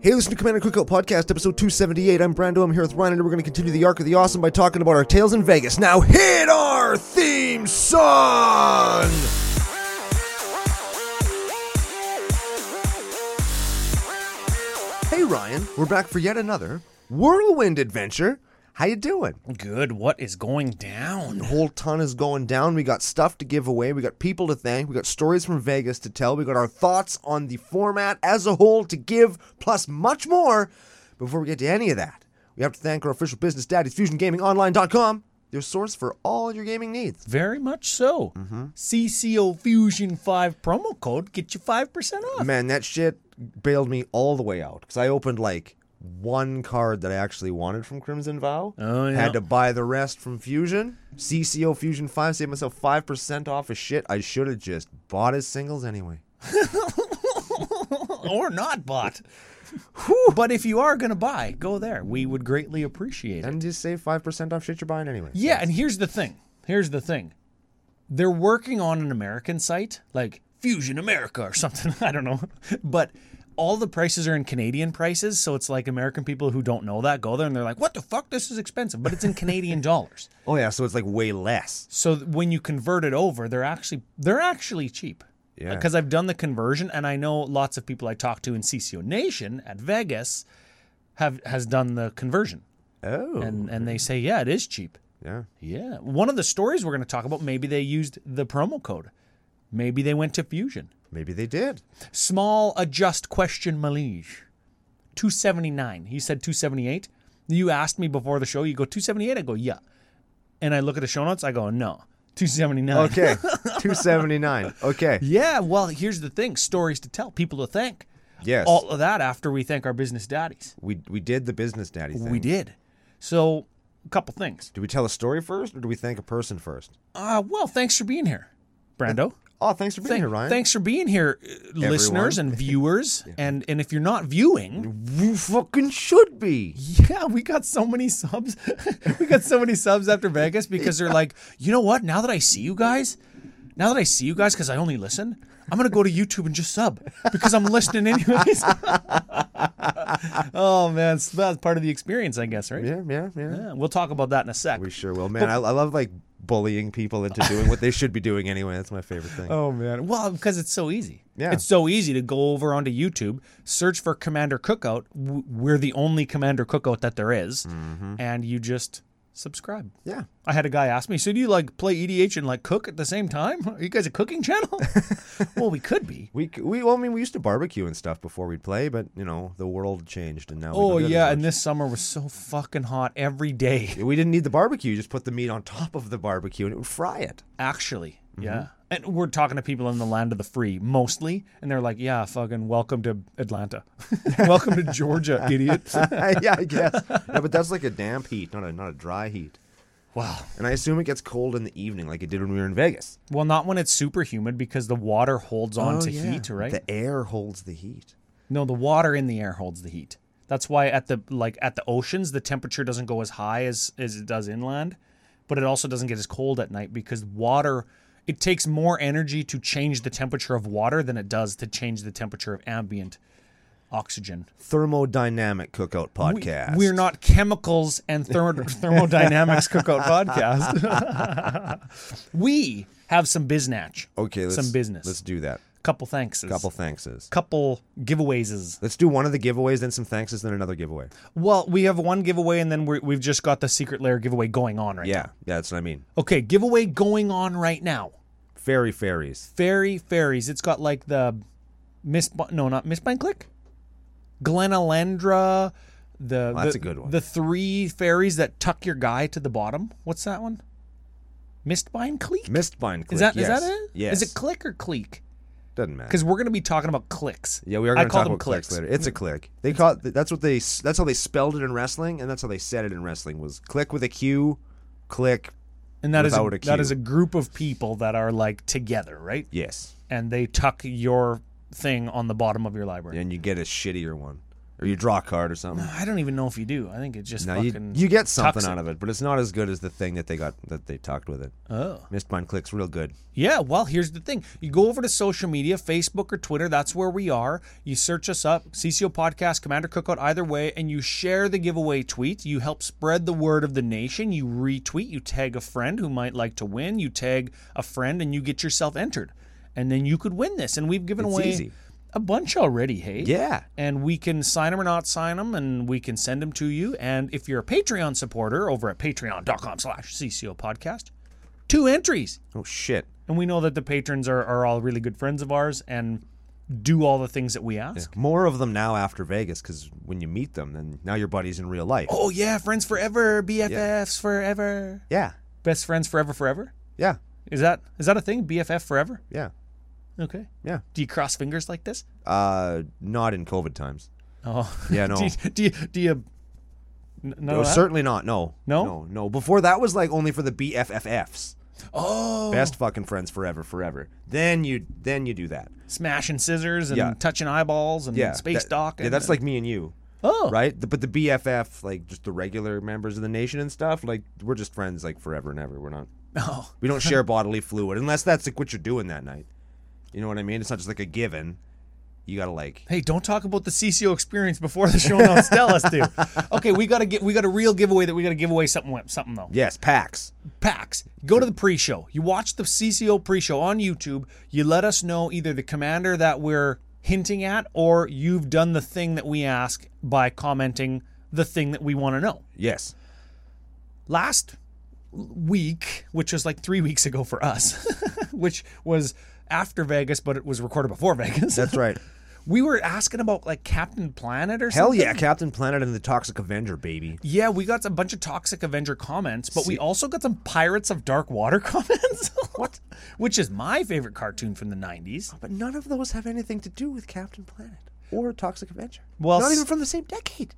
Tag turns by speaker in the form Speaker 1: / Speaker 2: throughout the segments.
Speaker 1: Hey, listen to Commander Cookout Podcast, episode 278. I'm Brando. I'm here with Ryan, and we're going to continue the arc of the awesome by talking about our tales in Vegas. Now, hit our theme song! Hey, Ryan. We're back for yet another whirlwind adventure. How you doing?
Speaker 2: Good. What is going down?
Speaker 1: whole ton is going down. We got stuff to give away. We got people to thank. We got stories from Vegas to tell. We got our thoughts on the format as a whole to give, plus much more. Before we get to any of that, we have to thank our official business daddies, FusionGamingOnline.com, their source for all your gaming needs.
Speaker 2: Very much so. CCO Fusion 5 promo code get you 5% off.
Speaker 1: Man, that shit bailed me all the way out because I opened like one card that I actually wanted from Crimson Vow.
Speaker 2: Oh, yeah.
Speaker 1: Had to buy the rest from Fusion. CCO Fusion 5 saved myself 5% off of shit. I should have just bought as singles anyway.
Speaker 2: or not bought. but if you are going to buy, go there. We would greatly appreciate it.
Speaker 1: And just save 5% off shit you're buying anyway.
Speaker 2: Yeah, and here's the thing. Here's the thing. They're working on an American site, like Fusion America or something. I don't know. But all the prices are in Canadian prices, so it's like American people who don't know that go there and they're like, "What the fuck? This is expensive." But it's in Canadian dollars.
Speaker 1: Oh, yeah, so it's like way less.
Speaker 2: So th- when you convert it over, they're actually they're actually cheap.
Speaker 1: Yeah.
Speaker 2: Because I've done the conversion, and I know lots of people I talk to in CCO Nation at Vegas have has done the conversion,
Speaker 1: Oh.
Speaker 2: and and they say, yeah, it is cheap.
Speaker 1: yeah.
Speaker 2: Yeah. One of the stories we're going to talk about, maybe they used the promo code, maybe they went to Fusion.
Speaker 1: Maybe they did.
Speaker 2: Small adjust question, Malige. 279. He said 278. You asked me before the show, you go 278? I go, yeah. And I look at the show notes, I go, no, 279.
Speaker 1: Okay. 279. Okay.
Speaker 2: Yeah, well, here's the thing stories to tell, people to thank.
Speaker 1: Yes.
Speaker 2: All of that after we thank our business daddies.
Speaker 1: we we did the business daddy thing.
Speaker 2: We did. So, a couple things.
Speaker 1: Do we tell a story first or do we thank a person first?
Speaker 2: Uh, well, thanks for being here, Brando.
Speaker 1: Oh, thanks for being
Speaker 2: Thank-
Speaker 1: here, Ryan.
Speaker 2: Thanks for being here, uh, listeners and viewers. And and if you're not viewing,
Speaker 1: You fucking should be.
Speaker 2: yeah, we got so many subs. we got so many subs after Vegas because they're like, you know what? Now that I see you guys, now that I see you guys, because I only listen, I'm gonna go to YouTube and just sub because I'm listening anyways. oh man, so that's part of the experience, I guess, right?
Speaker 1: Yeah, yeah, yeah.
Speaker 2: Yeah, we'll talk about that in a sec.
Speaker 1: We sure will, man. I, I love like bullying people into doing what they should be doing anyway. That's my favorite thing.
Speaker 2: Oh man. Well, because it's so easy.
Speaker 1: Yeah.
Speaker 2: It's so easy to go over onto YouTube, search for Commander Cookout. W- We're the only Commander Cookout that there is,
Speaker 1: Mm-hmm.
Speaker 2: and you just subscribe.
Speaker 1: Yeah.
Speaker 2: I had a guy ask me, "So do you like play EDH and like cook at the same time? Are you guys a cooking channel?" well, we could be.
Speaker 1: We, c- we well, I mean, we used to barbecue and stuff before we'd play, but you know, the world changed, and now. we
Speaker 2: Oh
Speaker 1: don't do that
Speaker 2: yeah,
Speaker 1: as
Speaker 2: and this summer was so fucking hot every day.
Speaker 1: much. we didn't need the barbecue. You just put the meat on top of the barbecue, and it would fry it.
Speaker 2: Actually,
Speaker 1: Mm-hmm.
Speaker 2: yeah. And we're talking to people in the land of the free mostly, and they're like, "Yeah, fucking welcome to Atlanta, welcome to Georgia, idiots."
Speaker 1: yeah, I guess. No, but that's like a damp heat, not a not a dry heat.
Speaker 2: wow.
Speaker 1: And I assume it gets cold in the evening, like it did when we were in Vegas.
Speaker 2: Well, not when it's super humid because the water holds on to
Speaker 1: Oh, yeah.
Speaker 2: heat, right?
Speaker 1: The air holds the heat.
Speaker 2: no, the water in the air holds the heat. That's why at the like at the oceans the temperature doesn't go as high as as it does inland, but it also doesn't get as cold at night because water it takes more energy to change the temperature of water than it does to change the temperature of ambient oxygen.
Speaker 1: Thermodynamic cookout podcast.
Speaker 2: We're not chemicals and thermo- thermodynamics cookout podcast. we have some biznatch.
Speaker 1: okay. Let's,
Speaker 2: some business.
Speaker 1: Let's do that.
Speaker 2: couple thanks.
Speaker 1: Couple thankses.
Speaker 2: couple giveaways is
Speaker 1: Let's do one of the giveaways, then some thankses, then another giveaway.
Speaker 2: well we have one giveaway and then we're, we've just got the secret layer giveaway going on right
Speaker 1: Yeah, yeah, that's what I mean.
Speaker 2: now. okay giveaway going on right now
Speaker 1: Fairy fairies.
Speaker 2: fairy fairies it's got like the miss Bu- no not miss Bind click glenalendra the
Speaker 1: that's
Speaker 2: the-
Speaker 1: a good one.
Speaker 2: the three fairies that tuck your guy to the bottom what's that one mistbind clique
Speaker 1: Mistbind click.
Speaker 2: is that is
Speaker 1: yes.
Speaker 2: that it
Speaker 1: Yes.
Speaker 2: is it click or clique
Speaker 1: Doesn't matter.
Speaker 2: because we're going to be talking about clicks
Speaker 1: Yeah, we are
Speaker 2: I
Speaker 1: going to
Speaker 2: call
Speaker 1: talk
Speaker 2: them
Speaker 1: about clicks
Speaker 2: cliques.
Speaker 1: later. It's a click. They call it, that's what they s- that's how they spelled it in wrestling, and that's how they said it in wrestling was click with a Q, click.
Speaker 2: and that is a,
Speaker 1: without a
Speaker 2: that is a
Speaker 1: cue.
Speaker 2: group of people that are like together right
Speaker 1: Yes,
Speaker 2: and they tuck your thing on the bottom of your library.
Speaker 1: and you get a shittier one. or you draw a card or something.
Speaker 2: I don't even know if you do. I think it just
Speaker 1: No, you,
Speaker 2: fucking.
Speaker 1: you get something
Speaker 2: tucks it.
Speaker 1: out of it, but it's not as good as the thing that they got that they talked with it.
Speaker 2: oh.
Speaker 1: Mistbind clicks real good.
Speaker 2: Yeah, well, here's the thing. You go over to social media, Facebook or Twitter, that's where we are. You search us up, CCO Podcast, Commander Cookout, either way, and you share the giveaway tweet. You help spread the word of the nation. You retweet, you tag a friend who might like to win, you tag a friend, and you get yourself entered. And then you could win this. And we've given
Speaker 1: It's
Speaker 2: away
Speaker 1: easy.
Speaker 2: a bunch already, hey?
Speaker 1: Yeah.
Speaker 2: and we can sign them or not sign them and we can send them to you and if you're a patreon supporter over at patreon.com slash cco podcast two entries
Speaker 1: Oh shit.
Speaker 2: and we know that the patrons are, are all really good friends of ours and do all the things that we ask
Speaker 1: More of them now after Vegas because when you meet them, then now your buddies in real life.
Speaker 2: oh yeah friends forever bffs forever
Speaker 1: Yeah.
Speaker 2: best friends forever forever
Speaker 1: Yeah.
Speaker 2: is that is that a thing bff forever
Speaker 1: Yeah.
Speaker 2: okay
Speaker 1: Yeah.
Speaker 2: do you cross fingers like this
Speaker 1: Uh, not in COVID times.
Speaker 2: oh
Speaker 1: Yeah,
Speaker 2: do,
Speaker 1: no.
Speaker 2: you, do you do you n- none
Speaker 1: No,
Speaker 2: of Oh, that?
Speaker 1: Oh, certainly not. No.
Speaker 2: No?
Speaker 1: No. No. Before that was like only for the BFFFs.
Speaker 2: oh
Speaker 1: Best fucking friends forever, forever. Then you then you do that.
Speaker 2: smashing scissors and
Speaker 1: Yeah.
Speaker 2: touching eyeballs and
Speaker 1: Yeah.
Speaker 2: space
Speaker 1: that-
Speaker 2: dock.
Speaker 1: Yeah,
Speaker 2: and-
Speaker 1: that's like me and you.
Speaker 2: oh
Speaker 1: right? The, but the BFF, like just the regular members of the nation and stuff, like we're just friends, like forever and ever. We're not,
Speaker 2: Oh,
Speaker 1: we don't share bodily fluid unless that's like what you're doing that night. You know what I mean? It's not just like a given. You gotta like,
Speaker 2: hey, don't talk about the CCO experience before the show notes. Tell us to. Okay, we gotta get we got a real giveaway that we gotta give away something with- something though.
Speaker 1: yes, packs.
Speaker 2: Packs. Go to the pre-show. You watch the CCO pre-show on YouTube. You let us know either the commander that we're hinting at or you've done the thing that we ask by commenting the thing that we want to know.
Speaker 1: Yes,
Speaker 2: last week, which was like three weeks ago for us, which was after Vegas, but it was recorded before Vegas.
Speaker 1: that's right.
Speaker 2: we were asking about like Captain Planet or
Speaker 1: Hell
Speaker 2: something.
Speaker 1: yeah, Captain Planet and the Toxic Avenger, baby.
Speaker 2: Yeah, we got a bunch of Toxic Avenger comments, but we also got some Pirates of Dark Water comments. what? Which is my favorite cartoon from the 90s.
Speaker 1: But none of those have anything to do with Captain Planet or Toxic Avenger.
Speaker 2: Well,
Speaker 1: not
Speaker 2: s-
Speaker 1: even from the same decade.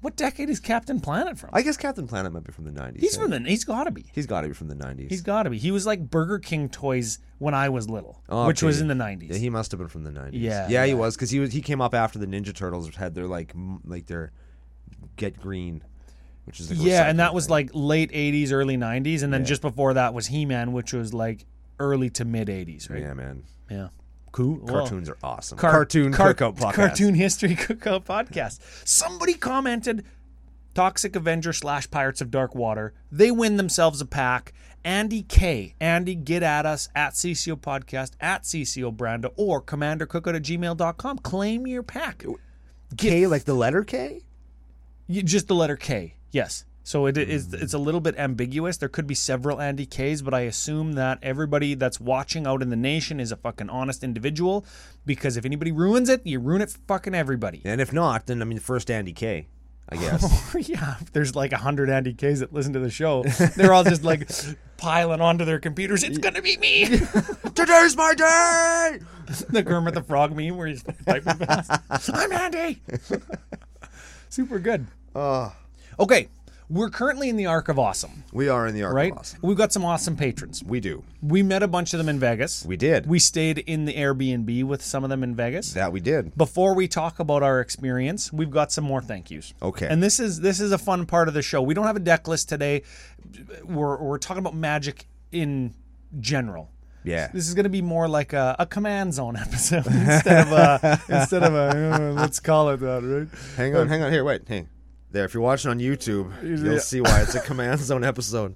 Speaker 2: What decade is Captain Planet from?
Speaker 1: I guess Captain Planet might be from the '90s.
Speaker 2: he's
Speaker 1: eh?
Speaker 2: from the he's got to be.
Speaker 1: He's got to be from the '90s.
Speaker 2: He's got to be. He was like Burger King toys when I was little,
Speaker 1: Oh,
Speaker 2: which
Speaker 1: okay.
Speaker 2: was in the 90s.
Speaker 1: Yeah, he must have been from the nineties.
Speaker 2: Yeah,
Speaker 1: yeah, he was because he was he came up after the Ninja Turtles had their like m- like their Get Green, which is like a
Speaker 2: Yeah, and that
Speaker 1: recycling
Speaker 2: was
Speaker 1: thing.
Speaker 2: like late '80s, early '90s, and then just before that was He-Man, which was like early to mid '80s, right?
Speaker 1: yeah, man.
Speaker 2: Yeah, cool. Well,
Speaker 1: Cartoons are awesome.
Speaker 2: car-
Speaker 1: cartoon
Speaker 2: car-
Speaker 1: cookout podcast.
Speaker 2: cartoon history cookout podcast. Somebody commented, "Toxic Avenger slash Pirates of Dark Water." They win themselves a pack. Andy K, Andy, get at us at CCO Podcast at CCO Branda or CommanderCookout at gmail.com. Claim your pack.
Speaker 1: K like the letter K.
Speaker 2: Y- Just the letter K. Yes. So it is. It's a little bit ambiguous. There could be several Andy Ks, but I assume that everybody that's watching out in the nation is a fucking honest individual. Because if anybody ruins it, you ruin it for fucking everybody.
Speaker 1: And if not, then I mean first Andy K, I guess.
Speaker 2: yeah. If there's like a hundred Andy Ks that listen to the show, they're all just like piling onto their computers. It's gonna be me.
Speaker 1: Today's my day.
Speaker 2: the Kermit the Frog meme where he's typing fast. I'm Andy. Super good. Okay. We're currently in the Arc of Awesome.
Speaker 1: We are in the arc
Speaker 2: right?
Speaker 1: of awesome.
Speaker 2: We've got some awesome patrons.
Speaker 1: We do.
Speaker 2: We met a bunch of them in Vegas.
Speaker 1: We did.
Speaker 2: We stayed in the Airbnb with some of them in Vegas.
Speaker 1: that we did.
Speaker 2: Before we talk about our experience, we've got some more thank yous.
Speaker 1: Okay.
Speaker 2: And this is this is a fun part of the show. We don't have a deck list today. We're we're talking about magic in general.
Speaker 1: Yeah.
Speaker 2: This is going to be more like a, a command zone episode instead of a instead of a uh, let's call it that, right?
Speaker 1: Hang on, hang on. Here, wait. Hey, there. If you're watching on YouTube, you'll
Speaker 2: Yeah.
Speaker 1: see why it's a command zone episode.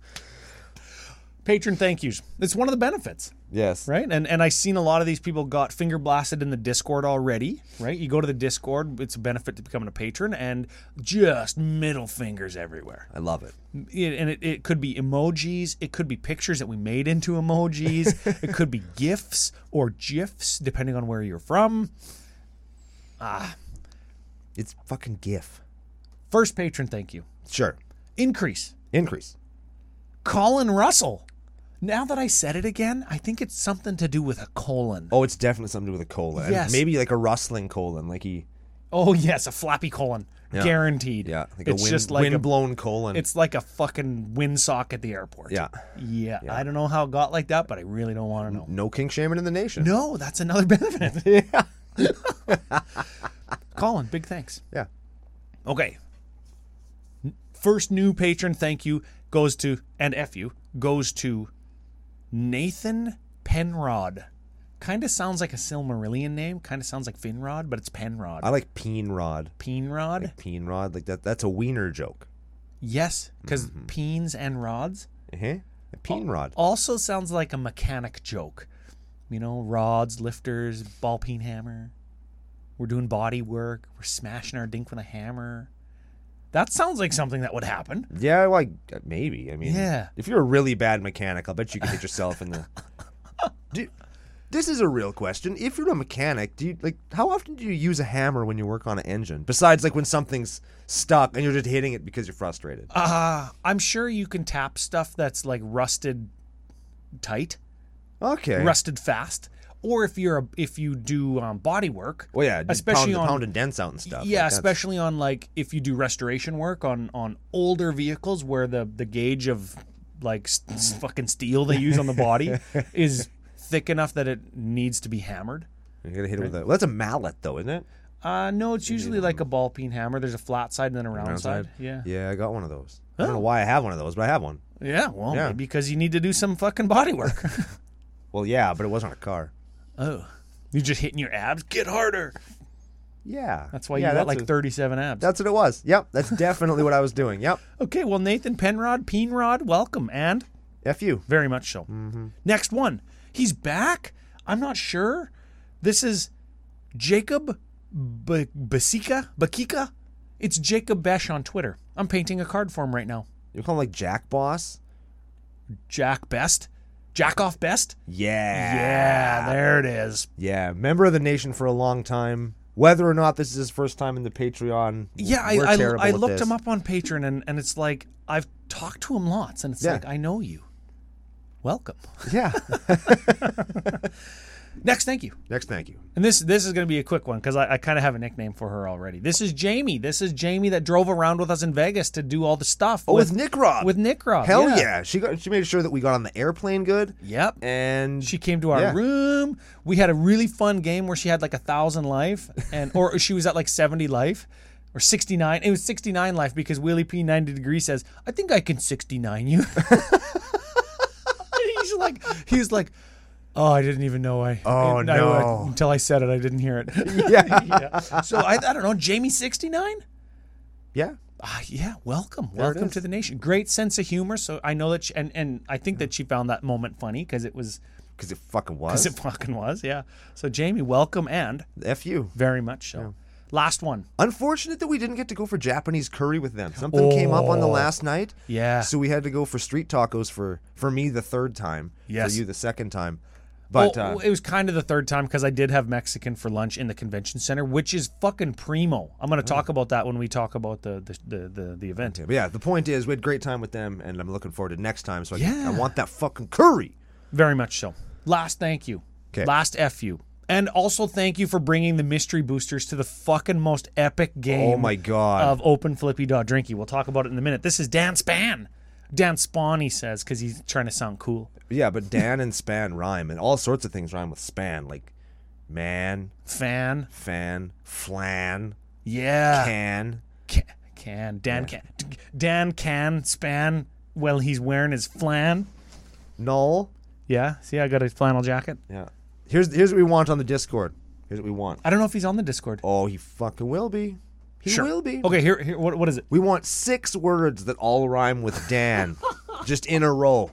Speaker 2: Patron thank yous. It's one of the benefits.
Speaker 1: Yes.
Speaker 2: right and and i seen a lot of these people got finger blasted in the discord already right you go to the discord it's a benefit to becoming a patron and just middle fingers everywhere
Speaker 1: I love it.
Speaker 2: It- and it, it could be emojis it could be pictures that we made into emojis it could be gifs or gifs depending on where you're from
Speaker 1: It's fucking GIF.
Speaker 2: first patron thank you
Speaker 1: Sure.
Speaker 2: increase
Speaker 1: Increase.
Speaker 2: colin russell now that i said it again i think it's something to do with a colon
Speaker 1: Oh, it's definitely something to do with a colon. And
Speaker 2: Yes.
Speaker 1: Maybe like a rustling colon, like he.
Speaker 2: oh yes a flappy colon guaranteed
Speaker 1: Yeah, like
Speaker 2: it's
Speaker 1: a wind,
Speaker 2: just like a
Speaker 1: windblown colon.
Speaker 2: It's like a fucking windsock at the airport.
Speaker 1: yeah.
Speaker 2: yeah. I don't know how it got like that, but I really don't want to know.
Speaker 1: No king shaming in the nation.
Speaker 2: No, that's another benefit. Yeah. Colin, big thanks.
Speaker 1: Yeah.
Speaker 2: Okay. First new patron thank you goes to and F you goes to Nathan Penrod. Kind of sounds like a Silmarillion name, kind of sounds like Finrod, but it's Penrod.
Speaker 1: I like peen rod.
Speaker 2: Penrod?
Speaker 1: Peen rod, like that. That's a wiener joke.
Speaker 2: Yes, because
Speaker 1: Mm-hmm.
Speaker 2: peens and rods
Speaker 1: Uh-huh. A
Speaker 2: Oh,
Speaker 1: peen rod.
Speaker 2: also sounds like a mechanic joke. You know, rods, lifters, ball peen hammer. We're doing body work. We're smashing our dink with a hammer. That sounds like something that would happen.
Speaker 1: Yeah, like maybe. I mean,
Speaker 2: Yeah.
Speaker 1: If you're a really bad mechanic, I'll bet you can hit yourself in the. do, this is a real question. If you're a mechanic, do you like how often do you use a hammer when you work on an engine? Besides, like when something's stuck and you're just hitting it because you're frustrated.
Speaker 2: Uh, I'm sure you can tap stuff that's like rusted tight,
Speaker 1: Okay.
Speaker 2: rusted fast. Or if you're a, if you do um, body work,
Speaker 1: well, yeah,
Speaker 2: especially
Speaker 1: especially pound,
Speaker 2: on-
Speaker 1: pounding dents out and stuff.
Speaker 2: yeah,
Speaker 1: like, that's-
Speaker 2: especially on like if you do restoration work on on older vehicles where the the gauge of like s- s- fucking steel they use on the body is thick enough that it needs to be hammered.
Speaker 1: You're gonna hit it with a. Well, that's a mallet, though, isn't it?
Speaker 2: Uh, no, it's usually like a ball peen hammer. There's a flat side and then a round, side. Yeah. Oh. yeah,
Speaker 1: Yeah, I got one of those. I don't know why I have one of those, but I have one.
Speaker 2: Well,
Speaker 1: Yeah.
Speaker 2: maybe because you need to do some fucking body work.
Speaker 1: Well, yeah, but it wasn't a car.
Speaker 2: oh, you're just hitting your abs. Get harder.
Speaker 1: Yeah.
Speaker 2: That's why
Speaker 1: yeah,
Speaker 2: you got like
Speaker 1: a-
Speaker 2: 37 abs.
Speaker 1: That's what it was. Yep, that's definitely what I was doing. Yep.
Speaker 2: okay, well, Nathan Penrod, Penrod, welcome and.
Speaker 1: F you.
Speaker 2: Very much so.
Speaker 1: Mm-hmm.
Speaker 2: Next one. He's back? I'm not sure. This is Jacob B- Basika? Bakika? It's Jacob Besh on Twitter. I'm painting a card for him right now.
Speaker 1: You call him like Jack Boss?
Speaker 2: Jack Best? Jack off Best?
Speaker 1: Yeah.
Speaker 2: Yeah, there it is.
Speaker 1: Yeah. Member of the nation for a long time. Whether or not this is his first time in the Patreon,
Speaker 2: Yeah, I,
Speaker 1: we're
Speaker 2: I,
Speaker 1: terrible
Speaker 2: I
Speaker 1: at
Speaker 2: looked
Speaker 1: this.
Speaker 2: him up on Patreon and, and it's like, I've talked to him lots and it's
Speaker 1: Yeah.
Speaker 2: like, I know you. Welcome.
Speaker 1: Yeah.
Speaker 2: Next, thank you.
Speaker 1: Next, thank you.
Speaker 2: And this this is going to be a quick one because I, I kind of have a nickname for her already. This is Jamie. This is Jamie that drove around with us in Vegas to do all the stuff
Speaker 1: Oh, with, Nick Rob.
Speaker 2: with Nick Rob.
Speaker 1: Hell yeah. She got. She made sure that we got on the airplane good.
Speaker 2: Yep.
Speaker 1: And
Speaker 2: she came to our
Speaker 1: Yeah.
Speaker 2: room. We had a really fun game where she had like a thousand life, and or she was at like seventy life, or sixty nine. It was sixty nine life because Willie P ninety degree says, "I think I can sixty nine you." he's like, he's like, oh, I didn't even know I.
Speaker 1: Oh,
Speaker 2: I- I-
Speaker 1: no.
Speaker 2: until I said it, I didn't hear it.
Speaker 1: yeah.
Speaker 2: yeah. So I, I don't know, Jamie sixty nine.
Speaker 1: yeah.
Speaker 2: Ah, yeah, welcome,
Speaker 1: it
Speaker 2: welcome
Speaker 1: is.
Speaker 2: to the nation. Great sense of humor. So I know that, she, and and I think that she found that moment funny because it was,
Speaker 1: Because it fucking
Speaker 2: because
Speaker 1: was.
Speaker 2: it fucking was, yeah. So Jamie, welcome and
Speaker 1: F you.
Speaker 2: very much so. Last one,
Speaker 1: Unfortunate that we didn't get to go for Japanese curry with them. Something came up on the
Speaker 2: Oh.
Speaker 1: last night.
Speaker 2: Yeah.
Speaker 1: So we had to go for street tacos for for me the third time.
Speaker 2: Yes.
Speaker 1: For you the second time. But
Speaker 2: Well,
Speaker 1: uh,
Speaker 2: Oh, it was kind of the third time because I did have Mexican for lunch in the convention center, which is fucking primo. I'm going
Speaker 1: Oh.
Speaker 2: to talk about that when we talk about the the the, the, the event.
Speaker 1: but yeah, the point is we had a great time with them, and I'm looking forward to next time. So I, can- I
Speaker 2: Yeah.
Speaker 1: want that fucking curry.
Speaker 2: Very much so. Last thank you.
Speaker 1: 'Kay.
Speaker 2: Last F you. And also thank you for bringing the mystery boosters to the fucking most epic game.
Speaker 1: Oh my god.
Speaker 2: of Open Flippy Dot Drinky. We'll talk about it in a minute. This is Dan Span. Dan Spawn, he says, because he's trying to sound cool.
Speaker 1: yeah, but Dan and span rhyme, and all sorts of things rhyme with span, like man,
Speaker 2: Fan.
Speaker 1: fan, flan,
Speaker 2: Yeah.
Speaker 1: can.
Speaker 2: Can. can. Dan can. Dan can span. Well, he's wearing his flan.
Speaker 1: Null.
Speaker 2: Yeah. See, I got a flannel jacket.
Speaker 1: Yeah. Here's here's what we want on the Discord. Here's what we want.
Speaker 2: I don't know if he's on the Discord.
Speaker 1: Oh, he fucking will be. He will be.
Speaker 2: Okay, here, here what, what is it?
Speaker 1: We want six words that all rhyme with Dan, just in a row.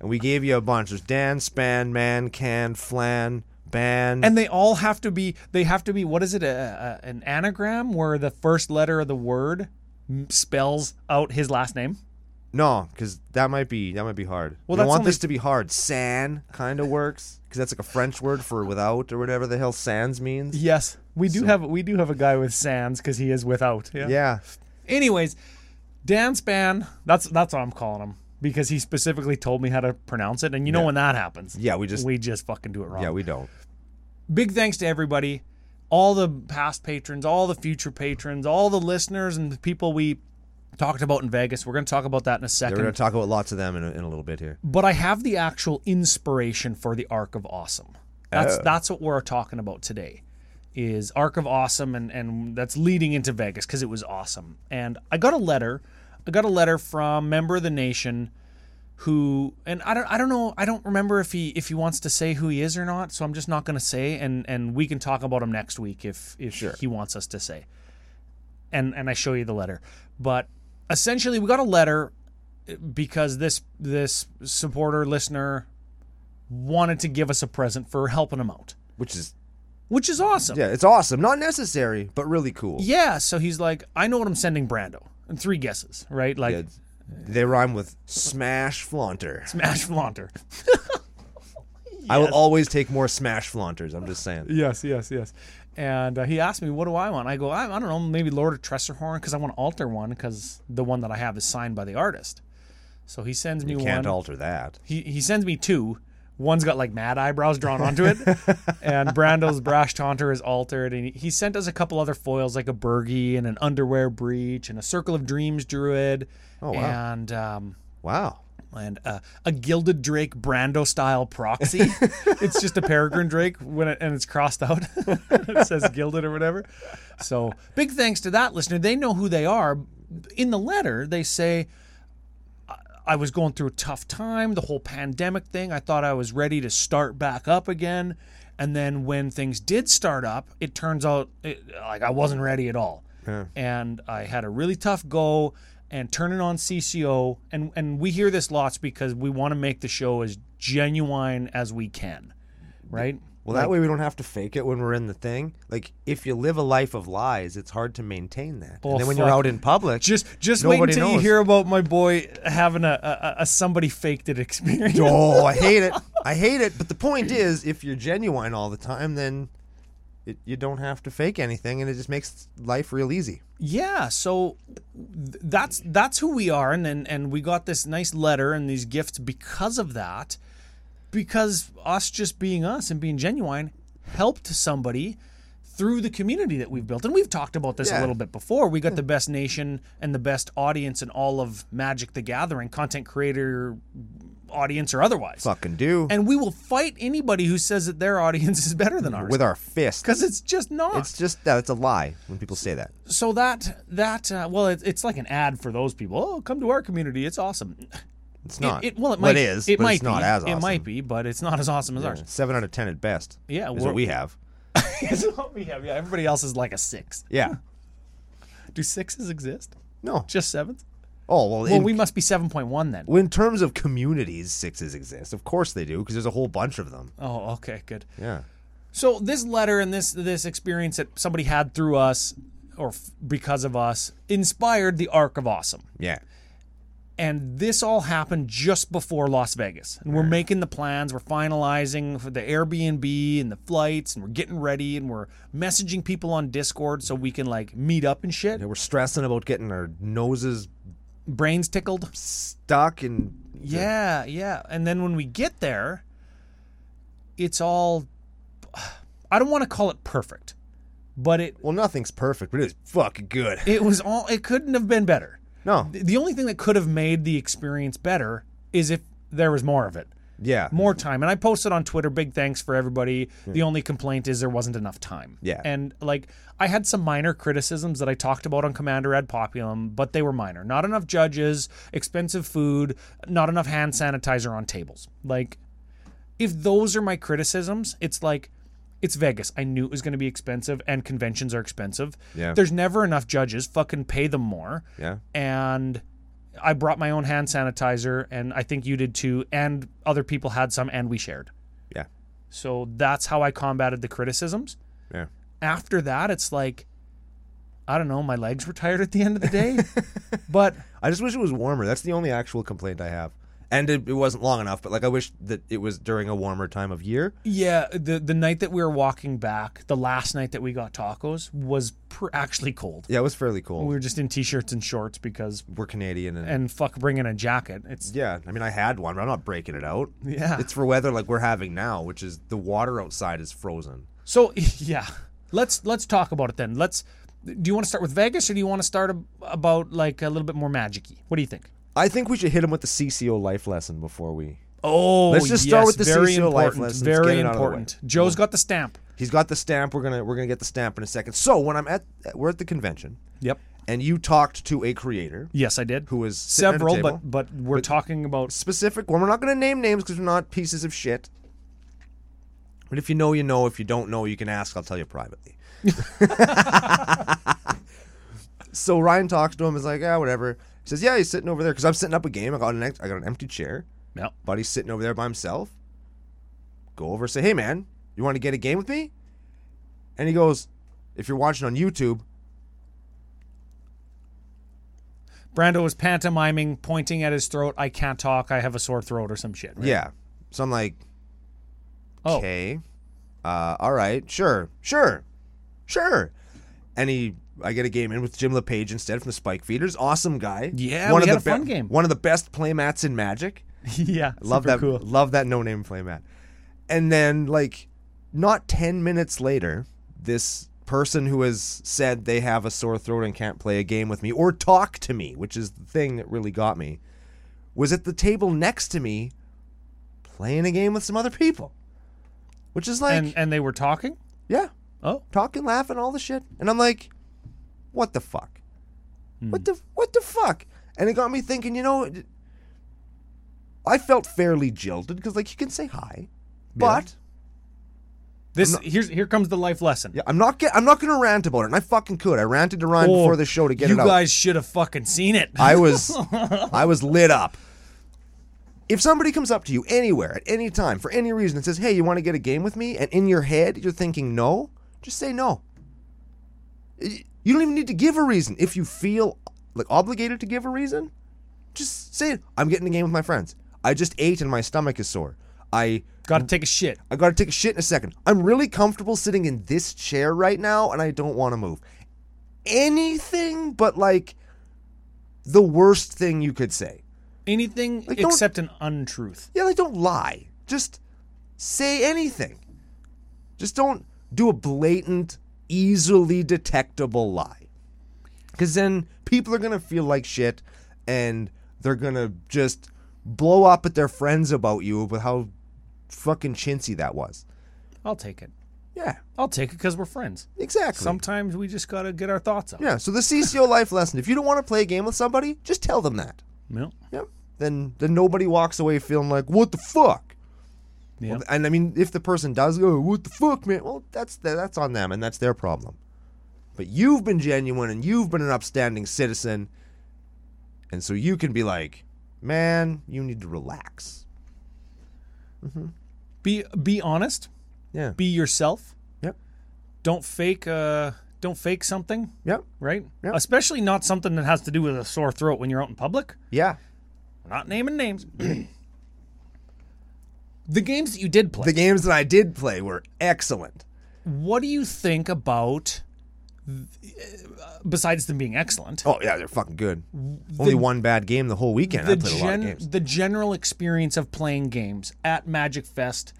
Speaker 1: And we gave you a bunch. There's Dan, span, man, can, flan, ban.
Speaker 2: And they all have to be, they have to be, what is it, a, a, an anagram where the first letter of the word m- spells out his last name?
Speaker 1: no, because that might be that might be hard.
Speaker 2: Well,
Speaker 1: Well, I
Speaker 2: that's
Speaker 1: want
Speaker 2: only-
Speaker 1: this to be hard. San kind of works because that's like a French word for without or whatever the hell sans means.
Speaker 2: Yes, we do have we do have a guy with Sans because he is without.
Speaker 1: Yeah,
Speaker 2: Anyways, Dan Span, that's that's what I'm calling him because he specifically told me how to pronounce it, and you know when that happens,
Speaker 1: Yeah, we just-
Speaker 2: we just fucking do it wrong.
Speaker 1: yeah, we don't.
Speaker 2: Big thanks to everybody, all the past patrons, all the future patrons, all the listeners, and the people we talked about in Vegas. We're going to talk about that in a
Speaker 1: We're
Speaker 2: second.
Speaker 1: gonna talk about lots of them in a, in a little bit here.
Speaker 2: but I have the actual inspiration for the arc of awesome. That's that's what we're talking about today. is Arc of Awesome, and and that's leading into Vegas because it was awesome. And I got a letter, I got a letter from member of the nation, who and I don't I don't know I don't remember if he if he wants to say who he is or not. So I'm just not going to say, and and we can talk about him next week if if he wants us to say. And and I show you the letter, but essentially we got a letter because this this supporter listener wanted to give us a present for helping him out,
Speaker 1: which is
Speaker 2: which is awesome.
Speaker 1: yeah, it's awesome. Not necessary, but really cool.
Speaker 2: Yeah, so he's like, I know what I'm sending Brando. And three guesses, right? Like
Speaker 1: It's- They rhyme with smash flaunter.
Speaker 2: Smash Flaunter.
Speaker 1: I will always take more smash flaunters. I'm just saying.
Speaker 2: Yes, yes, yes. And uh, he asked me, "What do I want?" I go, "I, I don't know, maybe Lord of Tressorhorn because I want to alter one because the one that I have is signed by the artist." So he sends me
Speaker 1: Can't
Speaker 2: one.
Speaker 1: alter that.
Speaker 2: he he sends me two. One's got like mad eyebrows drawn onto it, and Brando's brash taunter is altered. And he, he sent us a couple other foils like a Bergie and an underwear breach and a Circle of Dreams druid,
Speaker 1: wow.
Speaker 2: and um,
Speaker 1: Wow.
Speaker 2: and uh, a gilded drake Brando style proxy. it's just a peregrine drake when it, and it's crossed out. it says gilded or whatever. So big thanks to that listener. They know who they are. In the letter, they say. "I- I was going through a tough time, the whole pandemic thing. I thought I was ready to start back up again. And then when things did start up, it turns out it, like I wasn't ready at all. And I had a really tough go and turning on CCO and and we hear this lots because we want to make the show as genuine as we can. Right?
Speaker 1: Well, that way we don't have to fake it when we're in the thing. Like, if you live a life of lies, it's hard to maintain that.
Speaker 2: Oh,
Speaker 1: and then when you're
Speaker 2: fuck.
Speaker 1: out in public,
Speaker 2: Just just wait
Speaker 1: Nobody
Speaker 2: until you
Speaker 1: knows.
Speaker 2: hear about my boy having a, a, a somebody faked it experience.
Speaker 1: oh, I hate it. I hate it. But the point is, if you're genuine all the time, then it, you don't have to fake anything, and it just makes life real easy.
Speaker 2: Yeah, so th- that's that's who we are, and, and and we got this nice letter and these gifts because of that, because us just being us and being genuine helped somebody through the community that we've built, and we've talked about this a
Speaker 1: Yeah.
Speaker 2: little bit before. We got the best nation and the best audience in all of Magic the Gathering, content creator audience or otherwise,
Speaker 1: Fucking do
Speaker 2: and we will fight anybody who says that their audience is better than ours
Speaker 1: with our fists.
Speaker 2: because it's just not.
Speaker 1: It's just that it's a lie when people say that.
Speaker 2: so that that uh, well, it, it's like an ad for those people. Oh, come to our community; it's awesome.
Speaker 1: It's not.
Speaker 2: It, well, it
Speaker 1: Well,
Speaker 2: might.
Speaker 1: it is.
Speaker 2: It
Speaker 1: but
Speaker 2: might
Speaker 1: it's not
Speaker 2: be.
Speaker 1: as awesome.
Speaker 2: It might be, but it's not as awesome as ours.
Speaker 1: Seven out of ten at best.
Speaker 2: Yeah,
Speaker 1: is
Speaker 2: we're-
Speaker 1: what we have.
Speaker 2: It's what we have. Yeah, everybody else is like a six.
Speaker 1: Yeah.
Speaker 2: Do sixes exist?
Speaker 1: No.
Speaker 2: Just sevens?
Speaker 1: Oh well.
Speaker 2: Well,
Speaker 1: in,
Speaker 2: we must be seven point one then.
Speaker 1: well, in terms of communities, sixes exist. Of course they do, because there's a whole bunch of them.
Speaker 2: Oh, okay, good.
Speaker 1: Yeah.
Speaker 2: So this letter and this this experience that somebody had through us, or f- because of us, inspired the arc of awesome.
Speaker 1: Yeah.
Speaker 2: and this all happened just before Las Vegas. And we're making the plans, we're finalizing for the Airbnb and the flights, and we're getting ready, and we're messaging people on Discord so we can like meet up and shit.
Speaker 1: Yeah, We're stressing about getting our noses
Speaker 2: Brains tickled.
Speaker 1: stuck and
Speaker 2: Yeah, yeah. And then when we get there, it's all. I don't want to call it perfect, but it
Speaker 1: well, nothing's perfect, but it's fucking good.
Speaker 2: it was all. It couldn't have been better.
Speaker 1: No.
Speaker 2: The only thing that could have made the experience better is if there was more of it.
Speaker 1: Yeah.
Speaker 2: more time. And I posted on Twitter, big thanks for everybody. The only complaint is there wasn't enough time.
Speaker 1: Hmm. Yeah.
Speaker 2: And like I had some minor criticisms that I talked about on Commander Ad Populum, but they were minor. Not enough judges, expensive food, not enough hand sanitizer on tables. Like if those are my criticisms, it's like it's Vegas. I knew it was going to be expensive and conventions are expensive.
Speaker 1: Yeah.
Speaker 2: There's never enough judges. Fucking pay them more
Speaker 1: Yeah.
Speaker 2: and I brought my own hand sanitizer, and I think you did too, and other people had some, and we shared.
Speaker 1: Yeah.
Speaker 2: So that's how I combated the criticisms.
Speaker 1: Yeah.
Speaker 2: After that, it's like, I don't know, my legs were tired at the end of the day, but
Speaker 1: I just wish it was warmer. That's the only actual complaint I have. And it, it wasn't long enough, but like I wish that it was during a warmer time of year.
Speaker 2: yeah, the the night that we were walking back, the last night that we got tacos was pr- actually cold.
Speaker 1: Yeah, it was fairly cold.
Speaker 2: We
Speaker 1: We're,
Speaker 2: were just in t-shirts and shorts because
Speaker 1: Canadian and,
Speaker 2: and fuck bringing a jacket. It's
Speaker 1: yeah, I mean I had one, but I'm not breaking it out.
Speaker 2: Yeah.
Speaker 1: It's for weather like we're having now, which is the water outside is frozen.
Speaker 2: So yeah, let's let's talk about it then. Let's. Do you want to start with Vegas or do you want to start ab- about like a little bit more magicy? What do you think?
Speaker 1: I think we should hit him with the CCO life lesson before we
Speaker 2: Oh,
Speaker 1: Let's just start with the CCO life lessons.
Speaker 2: Very
Speaker 1: Get it out of the way.
Speaker 2: important. Joe's got the stamp.
Speaker 1: He's got the stamp. We're gonna we're gonna get the stamp in a second. So when I'm at we're at the convention,
Speaker 2: Yep.
Speaker 1: and you talked to a creator,
Speaker 2: Yes, I did.
Speaker 1: Who was sitting at a
Speaker 2: several,
Speaker 1: table.
Speaker 2: but but we're talking about
Speaker 1: specific one. We're not gonna name names because we're not pieces of shit. But if you know, you know. If you don't know, you can ask. I'll tell you privately. so Ryan talks to him. Is like, yeah, whatever. He says, yeah, he's sitting over there because I'm sitting up a game. I got an ex- I got an empty chair.
Speaker 2: yeah,
Speaker 1: Buddy's sitting over there by himself. Go over, say, hey man, you want to get a game with me? And he goes, if you're watching on YouTube,
Speaker 2: Brando was pantomiming, pointing at his throat. I can't talk. I have a sore throat or some shit. right?
Speaker 1: yeah. So I'm like,
Speaker 2: Oh.
Speaker 1: okay, uh, all right, sure, sure, sure. And he, I get a game in with Jim LePage instead from the Spike Feeders. Awesome guy.
Speaker 2: Yeah, we had a fun game.
Speaker 1: One of the best playmats in Magic.
Speaker 2: yeah.
Speaker 1: Love
Speaker 2: super
Speaker 1: that.
Speaker 2: Cool.
Speaker 1: Love that no name playmat. And then like, not ten minutes later, this person who has said they have a sore throat and can't play a game with me or talk to me, which is the thing that really got me, was at the table next to me, playing a game with some other people, which is like,
Speaker 2: and and they were talking.
Speaker 1: yeah,
Speaker 2: Oh,
Speaker 1: talking, laughing, all the shit. And I'm like, what the fuck?
Speaker 2: Hmm.
Speaker 1: What the what the fuck? And it got me thinking, you know, it- I felt fairly jilted because like you can say hi, but
Speaker 2: this here's here comes the life lesson.
Speaker 1: yeah, I'm not get, I'm not gonna rant about it. And I fucking could. I ranted to Ryan
Speaker 2: Oh,
Speaker 1: before the show to get
Speaker 2: you
Speaker 1: it out.
Speaker 2: guys should have fucking seen it.
Speaker 1: I was I was lit up. If somebody comes up to you anywhere at any time for any reason and says, "Hey, you want to get a game with me?" and in your head you're thinking no, just say no. Y- You don't even need to give a reason. If you feel like obligated to give a reason, just say it. I'm getting a game with my friends. I just ate and my stomach is sore. I
Speaker 2: Got to take a shit.
Speaker 1: I got to take a shit in a second. I'm really comfortable sitting in this chair right now and I don't want to move. Anything but like the worst thing you could say.
Speaker 2: Anything
Speaker 1: Like, don't-
Speaker 2: except an untruth.
Speaker 1: Yeah, like don't lie. Just say anything. Just don't do a blatant, easily detectable lie. Because then people are going to feel like shit and they're going to just blow up at their friends about you about how fucking chintzy that was.
Speaker 2: I'll take it.
Speaker 1: Yeah,
Speaker 2: I'll take it because we're friends.
Speaker 1: exactly.
Speaker 2: Sometimes we just gotta get our thoughts out.
Speaker 1: Yeah, so the CCO life lesson. If you don't want to play a game with somebody, just tell them that.
Speaker 2: No.
Speaker 1: Yep. Then then nobody walks away feeling like, what the fuck?
Speaker 2: Yeah.
Speaker 1: Well, and I mean, if the person does go, "Oh, what the fuck, man? Well, that's th- that's on them, and that's their problem. But you've been genuine, and you've been an upstanding citizen, and so you can be like, man, you need to relax.
Speaker 2: Be be honest.
Speaker 1: Yeah.
Speaker 2: Be yourself.
Speaker 1: Yep.
Speaker 2: Don't fake. Uh, don't fake something.
Speaker 1: Yep.
Speaker 2: Right.
Speaker 1: Yeah.
Speaker 2: Especially not something that has to do with a sore throat when you're out in public.
Speaker 1: Yeah.
Speaker 2: We're not naming names. the games that you did play.
Speaker 1: The games that I did play were excellent.
Speaker 2: what do you think about? th- uh, Besides them being excellent,
Speaker 1: Oh yeah, they're fucking good. Only one bad game the whole weekend. I
Speaker 2: the,
Speaker 1: played a lot of
Speaker 2: gen-
Speaker 1: games.
Speaker 2: the general experience of playing games at Magic Fest,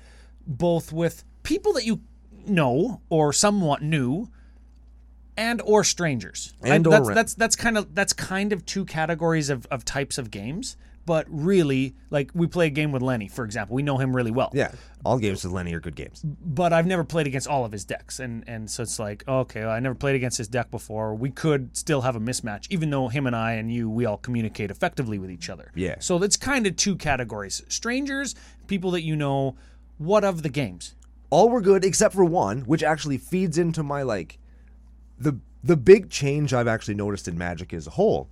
Speaker 2: both with people that you know or somewhat new, and or strangers. I-
Speaker 1: And or
Speaker 2: that's,
Speaker 1: ran-
Speaker 2: that's that's kind of that's kind of two categories of, of types of games. But really, like we play a game with Lenny, for example, we know him really well.
Speaker 1: Yeah, all games with Lenny are good games.
Speaker 2: But I've never played against all of his decks, and and so it's like okay, well, I never played against his deck before. We could still have a mismatch, even though him and I and you, we all communicate effectively with each other.
Speaker 1: Yeah.
Speaker 2: So that's kind of two categories: strangers, people that you know. What of the games?
Speaker 1: All were good except for one, which actually feeds into my like the the big change I've actually noticed in Magic as a whole,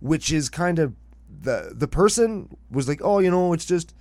Speaker 1: which is kind of the the person was like, oh, you know, it's just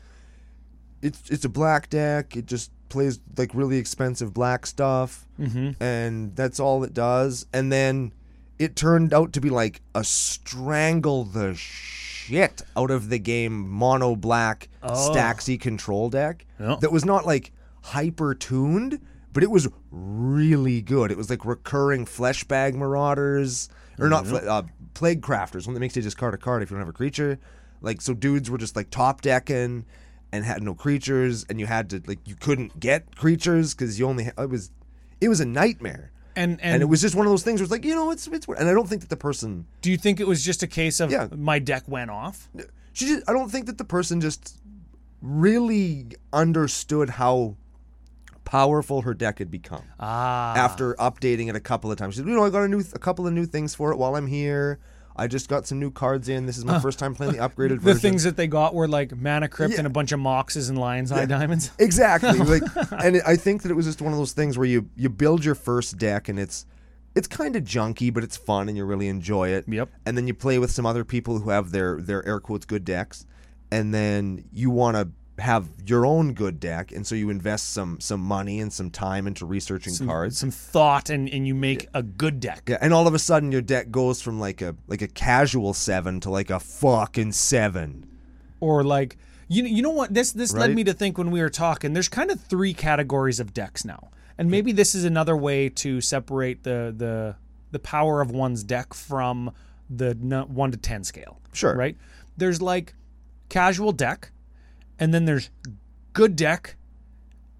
Speaker 1: it's it's a black deck. It just plays like really expensive black stuff, mm-hmm. and that's all it does. And then it turned out to be like a strangle the shit out of the game mono black Staxy control deck
Speaker 2: Yeah.
Speaker 1: that was not like hyper tuned, but it was really good. It was like recurring flesh bag marauders or not fle- uh, plague crafters, one that makes you discard a card if you don't have a creature. Like so, dudes were just like top decking and had no creatures, and you had to like you couldn't get creatures because you only ha- it was it was a nightmare.
Speaker 2: And and,
Speaker 1: And, it was just one of those things where it's like you know it's it's and I don't think that the person
Speaker 2: do you think it was just a case of
Speaker 1: Yeah.
Speaker 2: my deck went off?
Speaker 1: she just, I don't think that the person just really understood how powerful her deck had become
Speaker 2: Ah.
Speaker 1: after updating it a couple of times. She said, "You know, I got a new, a couple of new things for it while I'm here. I just got some new cards in. This is my first time playing the upgraded
Speaker 2: the
Speaker 1: version."
Speaker 2: things that they got were like mana crypt and a bunch of moxes and lion's eye diamonds.
Speaker 1: Exactly. Like, and it, I think that it was just one of those things where you you build your first deck and it's it's kind of junky, but it's fun and you really enjoy it.
Speaker 2: Yep.
Speaker 1: And then you play with some other people who have their their air quotes good decks, and then you want to have your own good deck, and so you invest some some money and some time into researching cards.
Speaker 2: Some thought and, and you make a good deck.
Speaker 1: Yeah, and all of a sudden your deck goes from like a like a casual seven to like a fucking seven.
Speaker 2: or like you you know what this this led
Speaker 1: Right.
Speaker 2: me to think when we were talking there's kind of three categories of decks now and maybe this is another way to separate the the the power of one's deck from the n- 1 to 10 scale
Speaker 1: Sure.
Speaker 2: right there's like casual deck and then there's good deck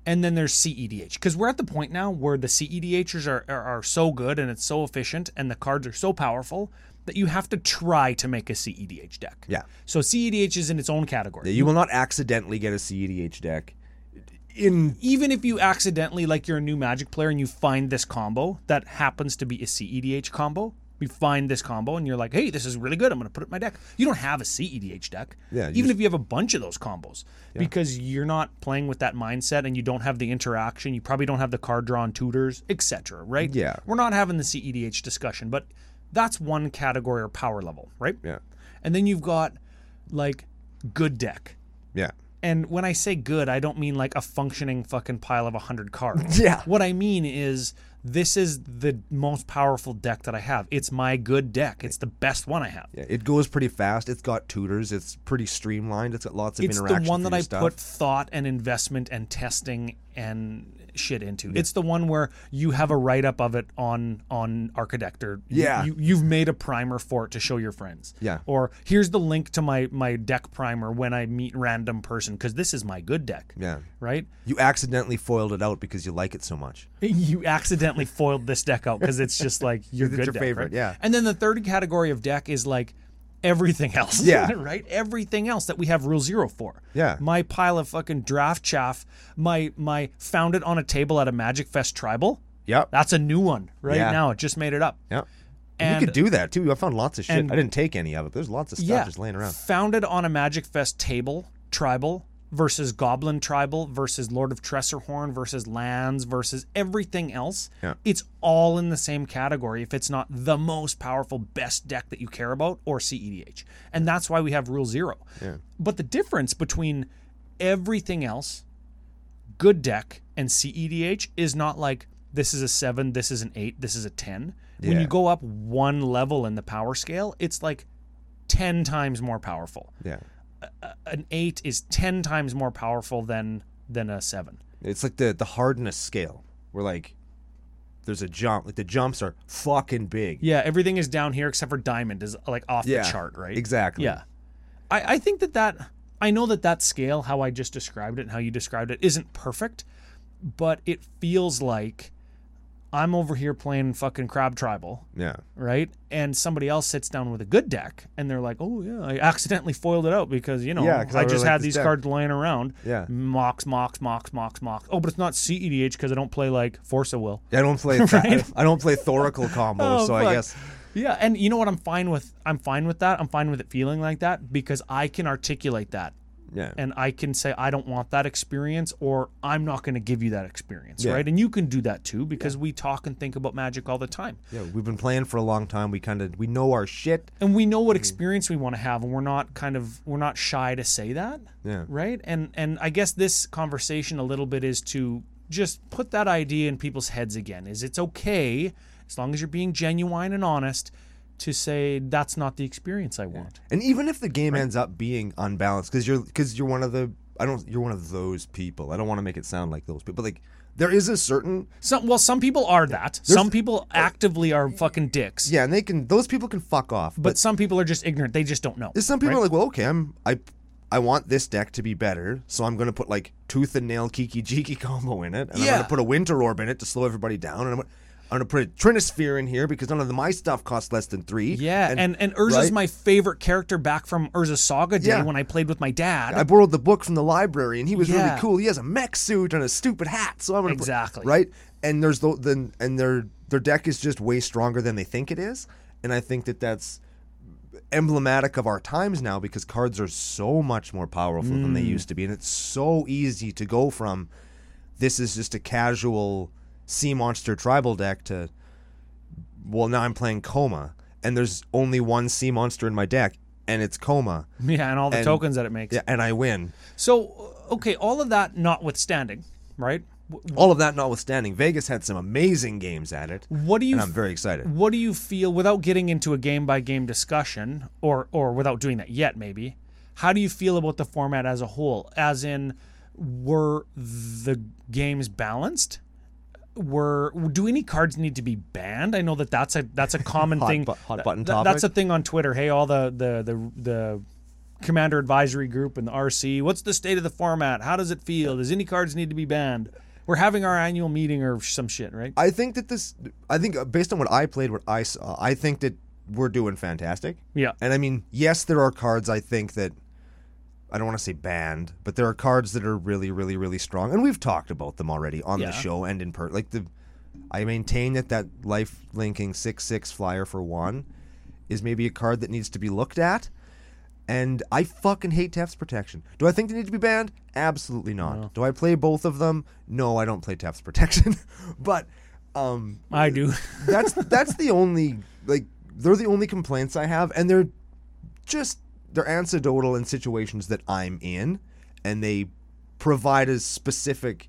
Speaker 2: and then there's E CEDH because we're at the point now where the CEDHs are, are are so good and it's so efficient and the cards are so powerful that you have to try to make a CEDH deck.
Speaker 1: Yeah.
Speaker 2: So CEDH is in its own category.
Speaker 1: You will not accidentally get a CEDH deck. In
Speaker 2: Even if you accidentally, like you're a new Magic player and you find this combo that happens to be a CEDH combo, you find this combo and you're like, hey, this is really good. I'm going to put it in my deck. You don't have a CEDH deck.
Speaker 1: Yeah, you
Speaker 2: Even
Speaker 1: just-
Speaker 2: if you have a bunch of those combos because you're not playing with that mindset and you don't have the interaction. You probably don't have the card drawn tutors, etc. Right?
Speaker 1: Yeah.
Speaker 2: We're not having the CEDH discussion, but that's one category or power level, right?
Speaker 1: yeah,
Speaker 2: And then you've got like good deck.
Speaker 1: yeah.
Speaker 2: And when I say good, I don't mean like a functioning fucking pile of 100 cards.
Speaker 1: Yeah.
Speaker 2: What I mean is this is the most powerful deck that I have. It's my good deck. It's the best one I have.
Speaker 1: Yeah, it goes pretty fast. It's got tutors. It's pretty streamlined. It's got lots of
Speaker 2: It's the
Speaker 1: interaction.
Speaker 2: one
Speaker 1: for
Speaker 2: that
Speaker 1: your
Speaker 2: I
Speaker 1: stuff.
Speaker 2: put thought and investment and testing and shit into. It's the one where you have a write up of it on on Architect or you-
Speaker 1: Yeah.
Speaker 2: you, you've made a primer for it to show your friends.
Speaker 1: Yeah.
Speaker 2: Or here's the link to my my deck primer when I meet random person because this is my good deck.
Speaker 1: Yeah,
Speaker 2: Right?
Speaker 1: you accidentally foiled it out because you like it so much.
Speaker 2: you accidentally foiled this deck out because it's just like your
Speaker 1: It's
Speaker 2: good
Speaker 1: your
Speaker 2: deck,
Speaker 1: favorite,
Speaker 2: right?
Speaker 1: yeah.
Speaker 2: And then the third category of deck is like everything else,
Speaker 1: Yeah.
Speaker 2: right? Everything else that we have rule zero for,
Speaker 1: Yeah.
Speaker 2: My pile of fucking draft chaff, my my found it on a table at a Magic Fest tribal.
Speaker 1: Yep.
Speaker 2: That's a new one right
Speaker 1: Yeah.
Speaker 2: now. It just made it up.
Speaker 1: Yep.
Speaker 2: And-
Speaker 1: you could do that too. I found lots of shit.
Speaker 2: and-
Speaker 1: I didn't take any of it. There's lots of stuff
Speaker 2: yeah,
Speaker 1: just laying around.
Speaker 2: Founded on a Magic Fest table, tribal versus Goblin tribal versus Lord of Tressorhorn versus lands versus everything else.
Speaker 1: Yeah.
Speaker 2: It's all in the same category if it's not the most powerful, best deck that you care about or CEDH. And that's why we have Rule Zero. But the difference between everything else, good deck, and CEDH is not like this is a seven, this is an eight, this is a 10. When
Speaker 1: Yeah.
Speaker 2: you go up one level in the power scale, it's like 10 times more powerful.
Speaker 1: Yeah.
Speaker 2: An 8 is 10 times more powerful than than a 7.
Speaker 1: It's like the the hardness scale. We're like, there's a jump. Like the jumps are fucking big.
Speaker 2: Yeah, everything is down here except for diamond is like off
Speaker 1: Yeah,
Speaker 2: the chart, right?
Speaker 1: Exactly.
Speaker 2: Yeah. I I think that that I know that that scale how I just described it and how you described it isn't perfect, but it feels like I'm over here playing fucking crab tribal
Speaker 1: Yeah.
Speaker 2: right? And somebody else sits down with a good deck, and they're like, "Oh yeah, I accidentally foiled it out because you know
Speaker 1: Yeah,
Speaker 2: I
Speaker 1: 'cause I
Speaker 2: just
Speaker 1: really like
Speaker 2: had
Speaker 1: this
Speaker 2: these
Speaker 1: deck."
Speaker 2: cards laying around."
Speaker 1: Yeah.
Speaker 2: Mox, mox, mox, mox, mox. Oh, but it's not CEDH because I don't play like Force of Will.
Speaker 1: I don't play. Th- I don't play thoracal combos,
Speaker 2: Oh,
Speaker 1: so I
Speaker 2: fuck.
Speaker 1: guess
Speaker 2: Yeah, and you know what? I'm fine with I'm fine with that. I'm fine with it feeling like that because I can articulate that.
Speaker 1: yeah.
Speaker 2: And I can say I don't want that experience, or I'm not going to give you that experience,
Speaker 1: Yeah.
Speaker 2: right? And you can do that too because we talk and think about magic all the time.
Speaker 1: yeah, we've been playing for a long time. We kind of we know our shit.
Speaker 2: and we know what experience we want to have and we're not kind of we're not shy to say that
Speaker 1: Yeah.
Speaker 2: right and and i guess this conversation a little bit is to just put that idea in people's heads again is it's okay as long as you're being genuine and honest to say that's not the experience i want
Speaker 1: And even if the game ends up being unbalanced, because you're because you're one of the I don't you're one of those people. I don't want to make it sound like those people. But like there is a certain
Speaker 2: some well some people are that some people actively are fucking dicks
Speaker 1: yeah, and they can those people can fuck off. But,
Speaker 2: but some people are just ignorant they just don't know
Speaker 1: some people are like, well, okay, I'm I I want this deck to be better, so I'm gonna put like tooth and nail kiki jiki combo in it, and I'm
Speaker 2: Yeah.
Speaker 1: gonna put a winter orb in it to slow everybody down, and I'm. I'm gonna put a Trinisphere in here because none of the, my stuff costs less than three.
Speaker 2: Yeah, and and, Urza's
Speaker 1: right?
Speaker 2: my favorite character back from Urza Saga day
Speaker 1: Yeah.
Speaker 2: when I played with my dad.
Speaker 1: I borrowed the book from the library, and he was
Speaker 2: Yeah.
Speaker 1: really cool. He has a mech suit and a stupid hat, so I'm gonna put-
Speaker 2: Exactly.
Speaker 1: right. And there's the, the and their their deck is just way stronger than they think it is, and I think that that's emblematic of our times now because cards are so much more powerful than
Speaker 2: Mm.
Speaker 1: they used to be, and it's so easy to go from this is just a casual sea monster tribal deck to well now I'm playing Coma, and there's only one sea monster in my deck, and it's Coma.
Speaker 2: yeah, and all the
Speaker 1: and-
Speaker 2: tokens that it makes.
Speaker 1: Yeah, and I win.
Speaker 2: So okay, all of that notwithstanding, right? W-
Speaker 1: All of that notwithstanding, Vegas had some amazing games at it,
Speaker 2: What do you
Speaker 1: and I'm very excited.
Speaker 2: what do you feel without getting into a game by game discussion or or without doing that yet maybe how do you feel about the format as a whole as in were the games balanced were do any cards need to be banned i know that that's a that's a common
Speaker 1: Hot
Speaker 2: thing
Speaker 1: bu- hot
Speaker 2: Th-
Speaker 1: button
Speaker 2: th- that's a
Speaker 1: topic.
Speaker 2: thing on twitter hey all the the the, the commander advisory group and the rc what's the state of the format how does it feel does any cards need to be banned we're having our annual meeting or some shit right
Speaker 1: I think that this, I think uh, based on what I played, what I saw, I think that we're doing fantastic.
Speaker 2: yeah
Speaker 1: And I mean, yes, there are cards I think that I don't want to say banned, but there are cards that are really, really, really strong, and we've talked about them already on
Speaker 2: Yeah.
Speaker 1: the show and in per. Like the, I maintain that that life linking six six flyer for one is maybe a card that needs to be looked at. And I fucking hate Tef's protection. Do I think they need to be banned? Absolutely not. Do I play both of them? No, I don't play Tef's protection. but um,
Speaker 2: i do
Speaker 1: that's that's the only like they're the only complaints I have, and they're just they're anecdotal in situations that I'm in, and they provide a specific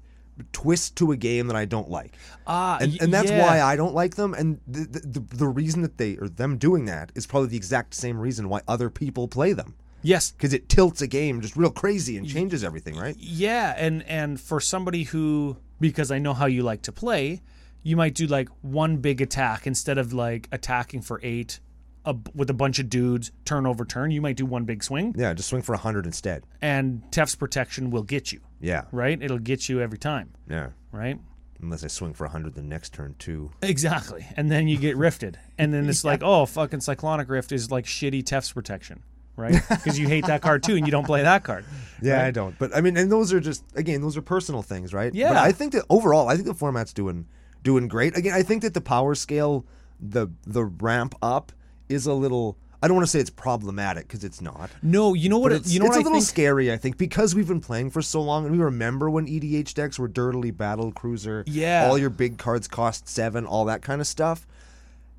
Speaker 1: twist to a game that I don't like,
Speaker 2: ah
Speaker 1: and
Speaker 2: y-
Speaker 1: and that's
Speaker 2: yeah.
Speaker 1: why I don't like them. And the, the the- the reason that they or them doing that is probably the exact same reason why other people play them
Speaker 2: Yes.
Speaker 1: because it tilts a game just real crazy and changes everything, right?
Speaker 2: Yeah, and and for somebody who because I know how you like to play, you might do like one big attack instead of like attacking for 8 a, with a bunch of dudes turn over turn, you might do one big swing
Speaker 1: Yeah, just swing for hundred instead.
Speaker 2: and Tef's protection will get you,
Speaker 1: Yeah,
Speaker 2: right? It'll get you every time,
Speaker 1: yeah.
Speaker 2: right?
Speaker 1: Unless I swing for hundred the next turn too.
Speaker 2: Exactly. And then you get rifted. And then it's like, oh, fucking cyclonic rift is like shitty Tef's protection, right? Because you hate that card too and you don't play that card.
Speaker 1: Yeah, I don't. But I mean, and those are just again, those are personal things, right? But
Speaker 2: Yeah.
Speaker 1: I think that overall, I think the format's doing doing great. Again, I think that the power scale, the the ramp up, is a little. I don't want to say it's problematic because it's not.
Speaker 2: No, you know what?
Speaker 1: But
Speaker 2: it-
Speaker 1: it's,
Speaker 2: you know
Speaker 1: it's
Speaker 2: what
Speaker 1: a
Speaker 2: I
Speaker 1: little
Speaker 2: think?
Speaker 1: scary, I think, because we've been playing for so long, and we remember when EDH decks were dirtily battle cruiser.
Speaker 2: Yeah.
Speaker 1: all your big cards cost seven, all that kind of stuff.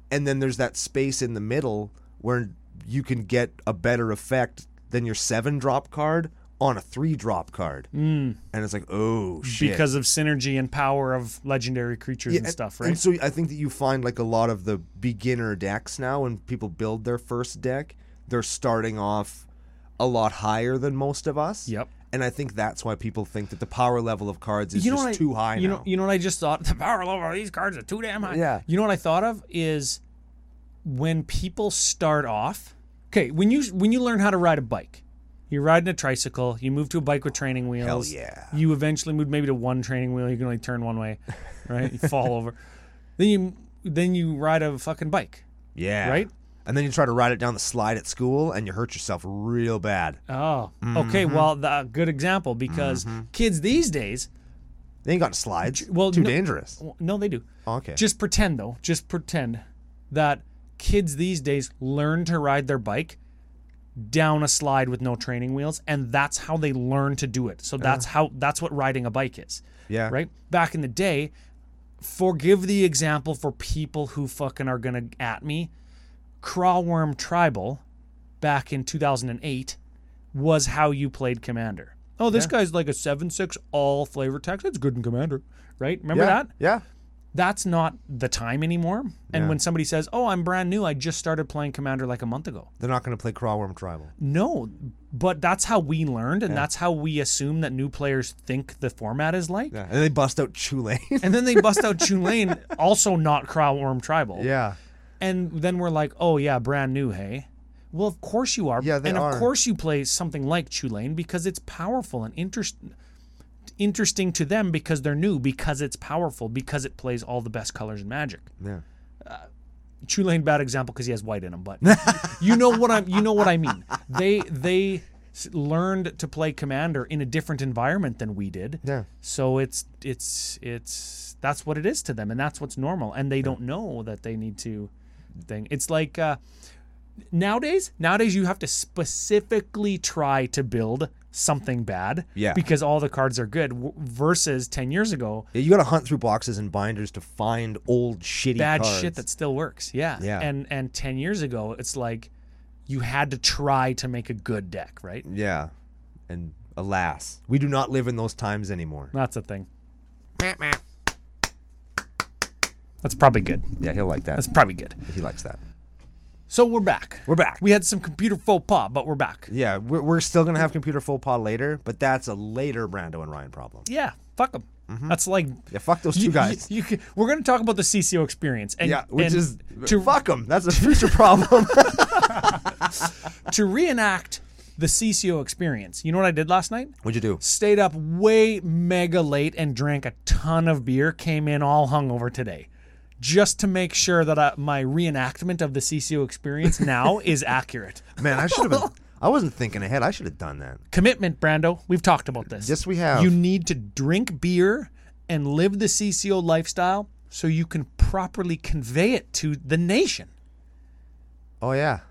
Speaker 1: And then there's that space in the middle where you can get a better effect than your seven drop card on a three drop card. Mm. And it's like, oh shit,
Speaker 2: Hmm. because of synergy and power of legendary creatures and
Speaker 1: and-
Speaker 2: stuff,
Speaker 1: and
Speaker 2: right?
Speaker 1: so I think that you find like a lot of the beginner decks now when people build their first deck, they're starting off a lot higher than most of us.
Speaker 2: Yep.
Speaker 1: And I think that's why people think that the power level of cards is just
Speaker 2: what I-
Speaker 1: too high
Speaker 2: you
Speaker 1: now.
Speaker 2: Know, you know what I just thought? The power level of these cards are too damn high.
Speaker 1: Yeah.
Speaker 2: You know what I thought of is when people start off. Okay, when you when you learn how to ride a bike, you're riding a tricycle. You move to a bike with training wheels.
Speaker 1: yeah.
Speaker 2: You eventually move maybe to one training wheel. You can only turn one way, right? You fall over. Then you then you ride a fucking bike.
Speaker 1: yeah.
Speaker 2: right?
Speaker 1: And then you try to ride it down the slide at school and you hurt yourself real bad.
Speaker 2: Oh,
Speaker 1: Mm-hmm.
Speaker 2: okay. Well, the, good example because kids these days
Speaker 1: They ain't got slides.
Speaker 2: well,
Speaker 1: too
Speaker 2: no-
Speaker 1: dangerous. Oh,
Speaker 2: Well, No, they do.
Speaker 1: Okay.
Speaker 2: Just pretend though. Just pretend that kids these days learn to ride their bike down a slide with no training wheels, and that's how they learn to do it. So that's how that's what riding a bike is.
Speaker 1: Uh-huh. Yeah.
Speaker 2: Right. Back in the day, forgive the example for people who fucking are gonna at me. Crawworm Tribal, back in 2008, was how you played Commander. Oh, this guy's like a seven six all flavor text. It's good in Commander, right? Remember
Speaker 1: yeah.
Speaker 2: that?
Speaker 1: Yeah.
Speaker 2: that's not the time anymore. And when somebody says, "Oh, I'm brand new. I just started playing Commander like a month ago."
Speaker 1: They're not going to play Crawworm Tribal.
Speaker 2: No, but that's how we learned and that's how we assume that new players think the format is like.
Speaker 1: Yeah. And they bust out Chulane.
Speaker 2: And then they bust out Chun Lane, also not Crowworm Tribal.
Speaker 1: yeah.
Speaker 2: And then we're like, "Oh yeah, brand new, hey." Well, of course you are.
Speaker 1: Yeah, they
Speaker 2: and
Speaker 1: are.
Speaker 2: of course you play something like Chulane because it's powerful and interest interesting to them because they're new, because it's powerful, because it plays all the best colors in Magic.
Speaker 1: Yeah.
Speaker 2: Tulane bad example because he has white in him, but you know what I'm. You know what I mean. They they s- learned to play Commander in a different environment than we did.
Speaker 1: Yeah.
Speaker 2: So it's it's it's that's what it is to them, and that's what's normal, and they don't know that they need to. Thing it's like uh, nowadays. Nowadays you have to specifically try to build something bad,
Speaker 1: Yeah.
Speaker 2: because all the cards are good. W- versus ten years ago,
Speaker 1: Yeah, you got to hunt through boxes and binders to find old shitty
Speaker 2: bad
Speaker 1: cards.
Speaker 2: shit that still works. Yeah.
Speaker 1: Yeah.
Speaker 2: And and ten years ago, it's like you had to try to make a good deck, right?
Speaker 1: Yeah, and alas, we do not live in those times anymore.
Speaker 2: That's a thing. That's probably good.
Speaker 1: Yeah, he'll like that.
Speaker 2: That's probably good.
Speaker 1: He likes that.
Speaker 2: So we're back.
Speaker 1: We're back.
Speaker 2: We had some computer faux pas, but we're back.
Speaker 1: yeah, we're, we're still gonna have computer full pod later, but that's a later Brando and Ryan problem.
Speaker 2: Yeah. Fuck them. That's like
Speaker 1: Mm-hmm. Yeah, fuck those two
Speaker 2: you,
Speaker 1: guys.
Speaker 2: You, you- we're going to talk about the CCO experience, and
Speaker 1: yeah, which
Speaker 2: and
Speaker 1: is
Speaker 2: to
Speaker 1: fuck them. That's a future problem.
Speaker 2: to reenact the CCO experience. You know what I did last night?
Speaker 1: What'd you do?
Speaker 2: stayed up way mega late and drank a ton of beer, came in all hungover today. Just to make sure that I, my reenactment of the CCO experience now is accurate.
Speaker 1: Man, I should have been. I wasn't thinking ahead. I should have done that.
Speaker 2: Commitment, Brando. We've talked about this.
Speaker 1: Yes, we have.
Speaker 2: You need to drink beer and live the CCO lifestyle so you can properly convey it to the nation.
Speaker 1: Oh yeah.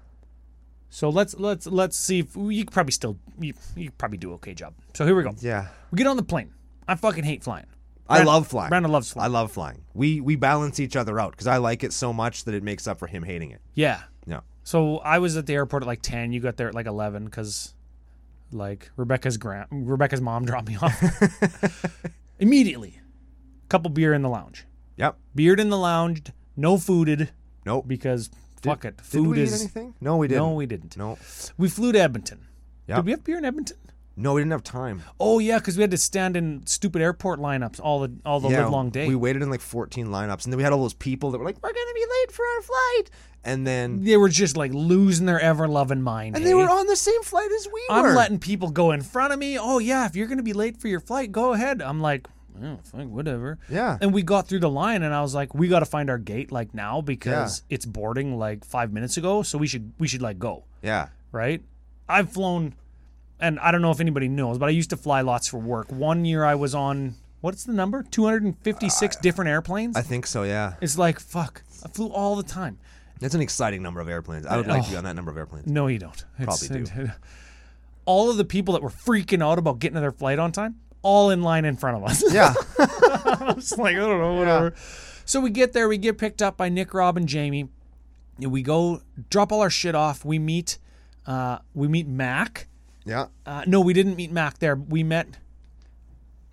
Speaker 2: So let's let's let's see if you could probably still you, you could probably do okay job. So here we go.
Speaker 1: Yeah.
Speaker 2: We get on the plane. I fucking hate flying.
Speaker 1: I
Speaker 2: Brando-
Speaker 1: love flying.
Speaker 2: Brando loves
Speaker 1: I
Speaker 2: flying.
Speaker 1: love flying. We we balance each other out because I like it so much that it makes up for him hating it.
Speaker 2: Yeah.
Speaker 1: Yeah.
Speaker 2: So I was at the airport at like ten. You got there at like eleven because, like Rebecca's grand, Rebecca's mom dropped me off immediately. Couple beer in the lounge.
Speaker 1: Yep.
Speaker 2: Beer in the lounge. No fooded
Speaker 1: Nope.
Speaker 2: because fuck it.
Speaker 1: Did
Speaker 2: Food
Speaker 1: we eat
Speaker 2: is
Speaker 1: anything? No, we didn't.
Speaker 2: no, we didn't.
Speaker 1: No.
Speaker 2: We flew to Edmonton.
Speaker 1: Yeah.
Speaker 2: Did we have beer in Edmonton?
Speaker 1: No, we didn't have time.
Speaker 2: Oh yeah, because we had to stand in stupid airport lineups all the all the live long day.
Speaker 1: We waited in like 14 lineups, and then we had all those people that were like, "We're gonna be late for our flight," and then
Speaker 2: they were just like losing their ever loving mind.
Speaker 1: and
Speaker 2: eh?
Speaker 1: they were on the same flight as we
Speaker 2: I'm
Speaker 1: were.
Speaker 2: letting people go in front of me. Oh yeah, if you're gonna be late for your flight, go ahead. I'm like, oh, fuck, whatever.
Speaker 1: Yeah.
Speaker 2: And we got through the line, and I was like, we got to find our gate like now because it's boarding like five minutes ago. So we should we should like go
Speaker 1: yeah.
Speaker 2: right. I've flown, and I don't know if anybody knows, but I used to fly lots for work. One year I was on what's the number? 256 different airplanes.
Speaker 1: Uh, I think so. Yeah.
Speaker 2: it's like fuck. I flew all the time.
Speaker 1: That's an exciting number of airplanes. I would like to be on that number of airplanes.
Speaker 2: No, you don't. It's- uh,
Speaker 1: Probably
Speaker 2: All of the people that were freaking out about getting to their flight on time, all in line in front of us.
Speaker 1: Yeah.
Speaker 2: I was like, I don't know, whatever. So we get there, we get picked up by Nick, Rob, and Jamie. And we go drop all our shit off. We meet, uh, we meet Mac.
Speaker 1: yeah.
Speaker 2: Uh, no, we didn't meet Mac there. We met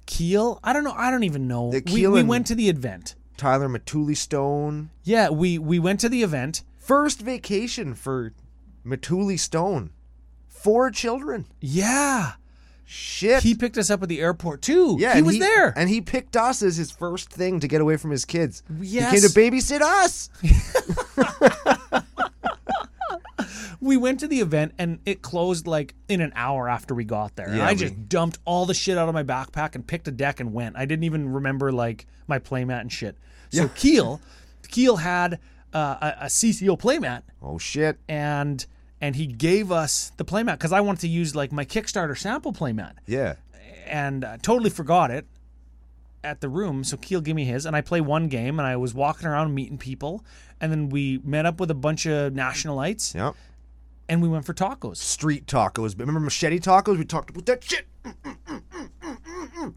Speaker 2: Keel. I don't know. I don't even know.
Speaker 1: The
Speaker 2: We,
Speaker 1: Keel
Speaker 2: we
Speaker 1: and-
Speaker 2: went to the event.
Speaker 1: Tyler Matuli Stone.
Speaker 2: Yeah, we we went to the event.
Speaker 1: First vacation for Matuli Stone. Four children.
Speaker 2: Yeah,
Speaker 1: Shit.
Speaker 2: he picked us up at the airport too.
Speaker 1: yeah,
Speaker 2: he
Speaker 1: and
Speaker 2: was there.
Speaker 1: And he picked us as his first thing to get away from his kids. He
Speaker 2: Yes.
Speaker 1: came to babysit us.
Speaker 2: we went to the event and it closed like in an hour after we got there. and
Speaker 1: Yeah,
Speaker 2: I
Speaker 1: we-
Speaker 2: just dumped all the shit out of my backpack and picked a deck and went. I didn't even remember like my playmat and shit. So Keel, Keel had uh, a, a CCO playmat
Speaker 1: Oh, shit.
Speaker 2: and and he gave us the playmat because I wanted to use like my Kickstarter sample playmat
Speaker 1: Yeah.
Speaker 2: and uh, totally forgot it at the room. So Keel gave me his, and I play one game, and I was walking around meeting people, and then we met up with a bunch of nationalites,
Speaker 1: Yep.
Speaker 2: and we went for tacos.
Speaker 1: Street tacos. Remember machete tacos? We talked about that shit. Mm, mm, mm, mm, mm, mm, mm.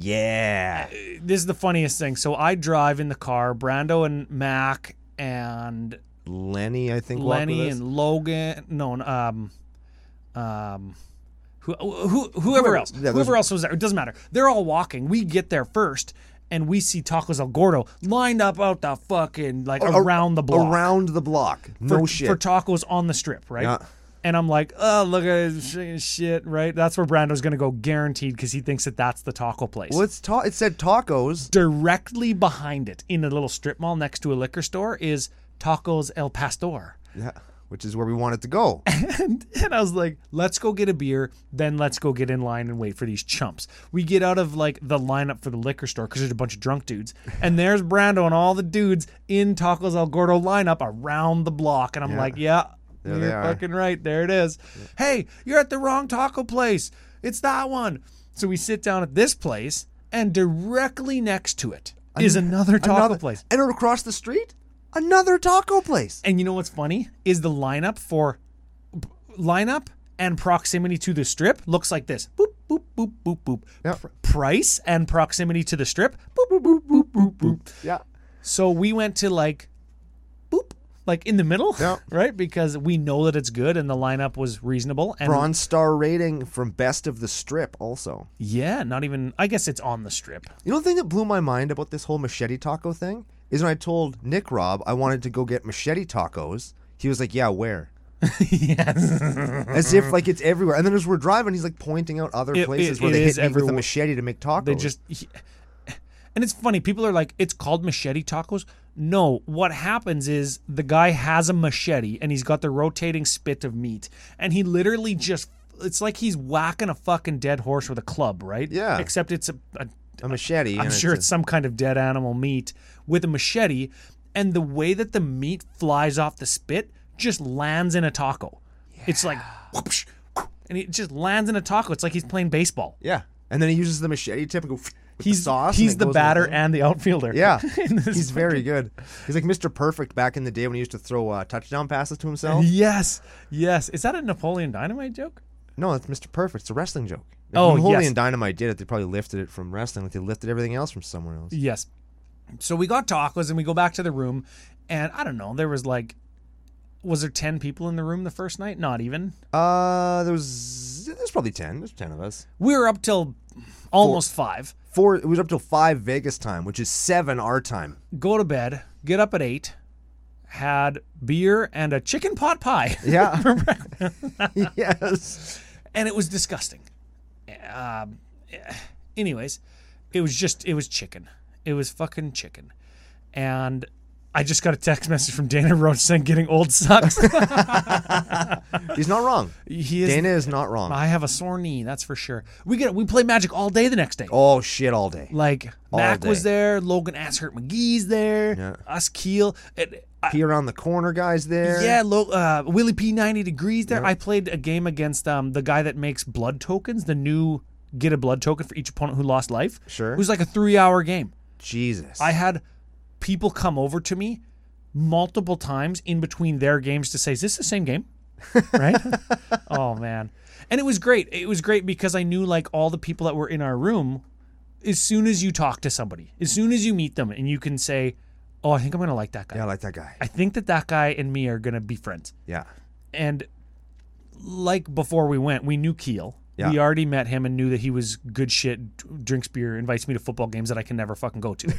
Speaker 1: Yeah.
Speaker 2: this is the funniest thing. So I drive in the car, Brando and Mac and
Speaker 1: Lenny, I think. walked
Speaker 2: Lenny
Speaker 1: with us.
Speaker 2: and Logan. No, um, um, who, who, whoever else,
Speaker 1: yeah, those-
Speaker 2: whoever else was there. It doesn't matter. They're all walking. We get there first, and we see Tacos El Gordo lined up out the fucking like around the block
Speaker 1: Around the block. No
Speaker 2: for,
Speaker 1: shit.
Speaker 2: for tacos on the strip, right?
Speaker 1: Yeah.
Speaker 2: And I'm like, oh, look at this sh- shit, right? That's where Brando's gonna go guaranteed because he thinks that that's the taco place
Speaker 1: well, it's ta- it said tacos.
Speaker 2: directly behind it in a little strip mall next to a liquor store is Tacos El Pastor,
Speaker 1: Yeah. which is where we want it to go.
Speaker 2: and, and I was like, let's go get a beer, then let's go get in line and wait for these chumps. We get out of like the lineup for the liquor store because there's a bunch of drunk dudes, and there's Brando and all the dudes in Tacos El Gordo lineup around the block, and I'm like, yeah,
Speaker 1: There they
Speaker 2: you're
Speaker 1: are.
Speaker 2: fucking right, there it is. Hey, you're at the wrong taco place. It's that one. So we sit down at this place, and directly next to it is another taco
Speaker 1: Another
Speaker 2: place.
Speaker 1: And across the street, another taco place.
Speaker 2: And you know what's funny is the lineup for p- lineup and proximity to the strip looks like this. Boop boop boop boop boop.
Speaker 1: Yep.
Speaker 2: Pr- price and proximity to the strip. Boop boop boop boop boop boop.
Speaker 1: Yeah.
Speaker 2: So we went to like boop like in the middle,
Speaker 1: Yep.
Speaker 2: right? Because we know that it's good and the lineup was reasonable and
Speaker 1: Bronze star rating from Best of the Strip also.
Speaker 2: yeah, not even I guess it's on the strip.
Speaker 1: You know the thing that blew my mind about this whole machete taco thing? Is when I told Nick Rob I wanted to go get machete tacos, he was like, Yeah, where?
Speaker 2: yes.
Speaker 1: As if like it's everywhere. And then as we're driving, he's like pointing out other
Speaker 2: It-
Speaker 1: places
Speaker 2: it-
Speaker 1: where
Speaker 2: it
Speaker 1: they hit
Speaker 2: is
Speaker 1: me with a
Speaker 2: everywhere.
Speaker 1: machete to make tacos.
Speaker 2: They just. he- and it's funny. People are like, it's called machete tacos. No, what happens is the guy has a machete and he's got the rotating spit of meat, and he literally just. It's like he's whacking a fucking dead horse with a club, right?
Speaker 1: Yeah.
Speaker 2: Except it's a. a
Speaker 1: a machete.
Speaker 2: I'm
Speaker 1: and
Speaker 2: sure it's some kind of dead animal meat with a machete, and the way that the meat flies off the spit just lands in a taco. It's like, whoopsh, and it just lands in a taco. It's like he's playing baseball.
Speaker 1: Yeah. And then he uses the machete tip and go with
Speaker 2: He's
Speaker 1: the sauce. and
Speaker 2: He's
Speaker 1: it
Speaker 2: the
Speaker 1: goes in
Speaker 2: batter
Speaker 1: thing.
Speaker 2: and the outfielder.
Speaker 1: Yeah,
Speaker 2: In this-
Speaker 1: he's very good. He's like Mr. Perfect back in the day when he used to throw uh, touchdown passes to himself.
Speaker 2: yes. Yes. Is that a Napoleon Dynamite joke?
Speaker 1: No, it's Mr. Perfect. It's a wrestling joke. If
Speaker 2: Oh,
Speaker 1: Napoleon
Speaker 2: yes.
Speaker 1: Dynamite did it. They probably lifted it from wrestling. Like they lifted everything else from somewhere else.
Speaker 2: Yes. So we got tacos and we go back to the room, and I don't know. There was like, was there ten people in the room the first night? Not even.
Speaker 1: Uh, there was there's probably ten. There's ten of us.
Speaker 2: We were up till almost five.
Speaker 1: Four. It was up till five Vegas time, which is seven our time.
Speaker 2: Go to bed. Get up at eight. Had beer and a chicken pot pie.
Speaker 1: Yeah. yes.
Speaker 2: and it was disgusting. Um, anyways, it was just it was chicken. It was fucking chicken, and I just got a text message from Dana Roach saying getting old sucks.
Speaker 1: He's not wrong.
Speaker 2: he is.
Speaker 1: Dana is not wrong.
Speaker 2: I have a sore knee, that's for sure. We get we play Magic all day the next day.
Speaker 1: Oh shit! All day.
Speaker 2: Like Mac
Speaker 1: day.
Speaker 2: was there, Logan Asshurt McGee's there,
Speaker 1: Yeah.
Speaker 2: us Keel. It, I,
Speaker 1: P around the corner guys there.
Speaker 2: yeah, Lo, uh, Willie P ninety degrees there. I played a game against um the guy that makes blood tokens, the new get a blood token for each opponent who lost life.
Speaker 1: Sure.
Speaker 2: It was like a three hour game.
Speaker 1: Jesus.
Speaker 2: I had people come over to me multiple times in between their games to say, "Is this the same game?" right? oh man, and it was great. It was great because I knew like all the people that were in our room. As soon as you talk to somebody, as soon as you meet them, and you can say, "Oh, I think I'm gonna like that guy.
Speaker 1: yeah, I like that guy.
Speaker 2: I think that that guy and me are gonna be friends."
Speaker 1: Yeah.
Speaker 2: and like before we went, we knew Keel.
Speaker 1: Yeah.
Speaker 2: We already met him and knew that he was good shit, d- drinks beer, invites me to football games that I can never fucking go to.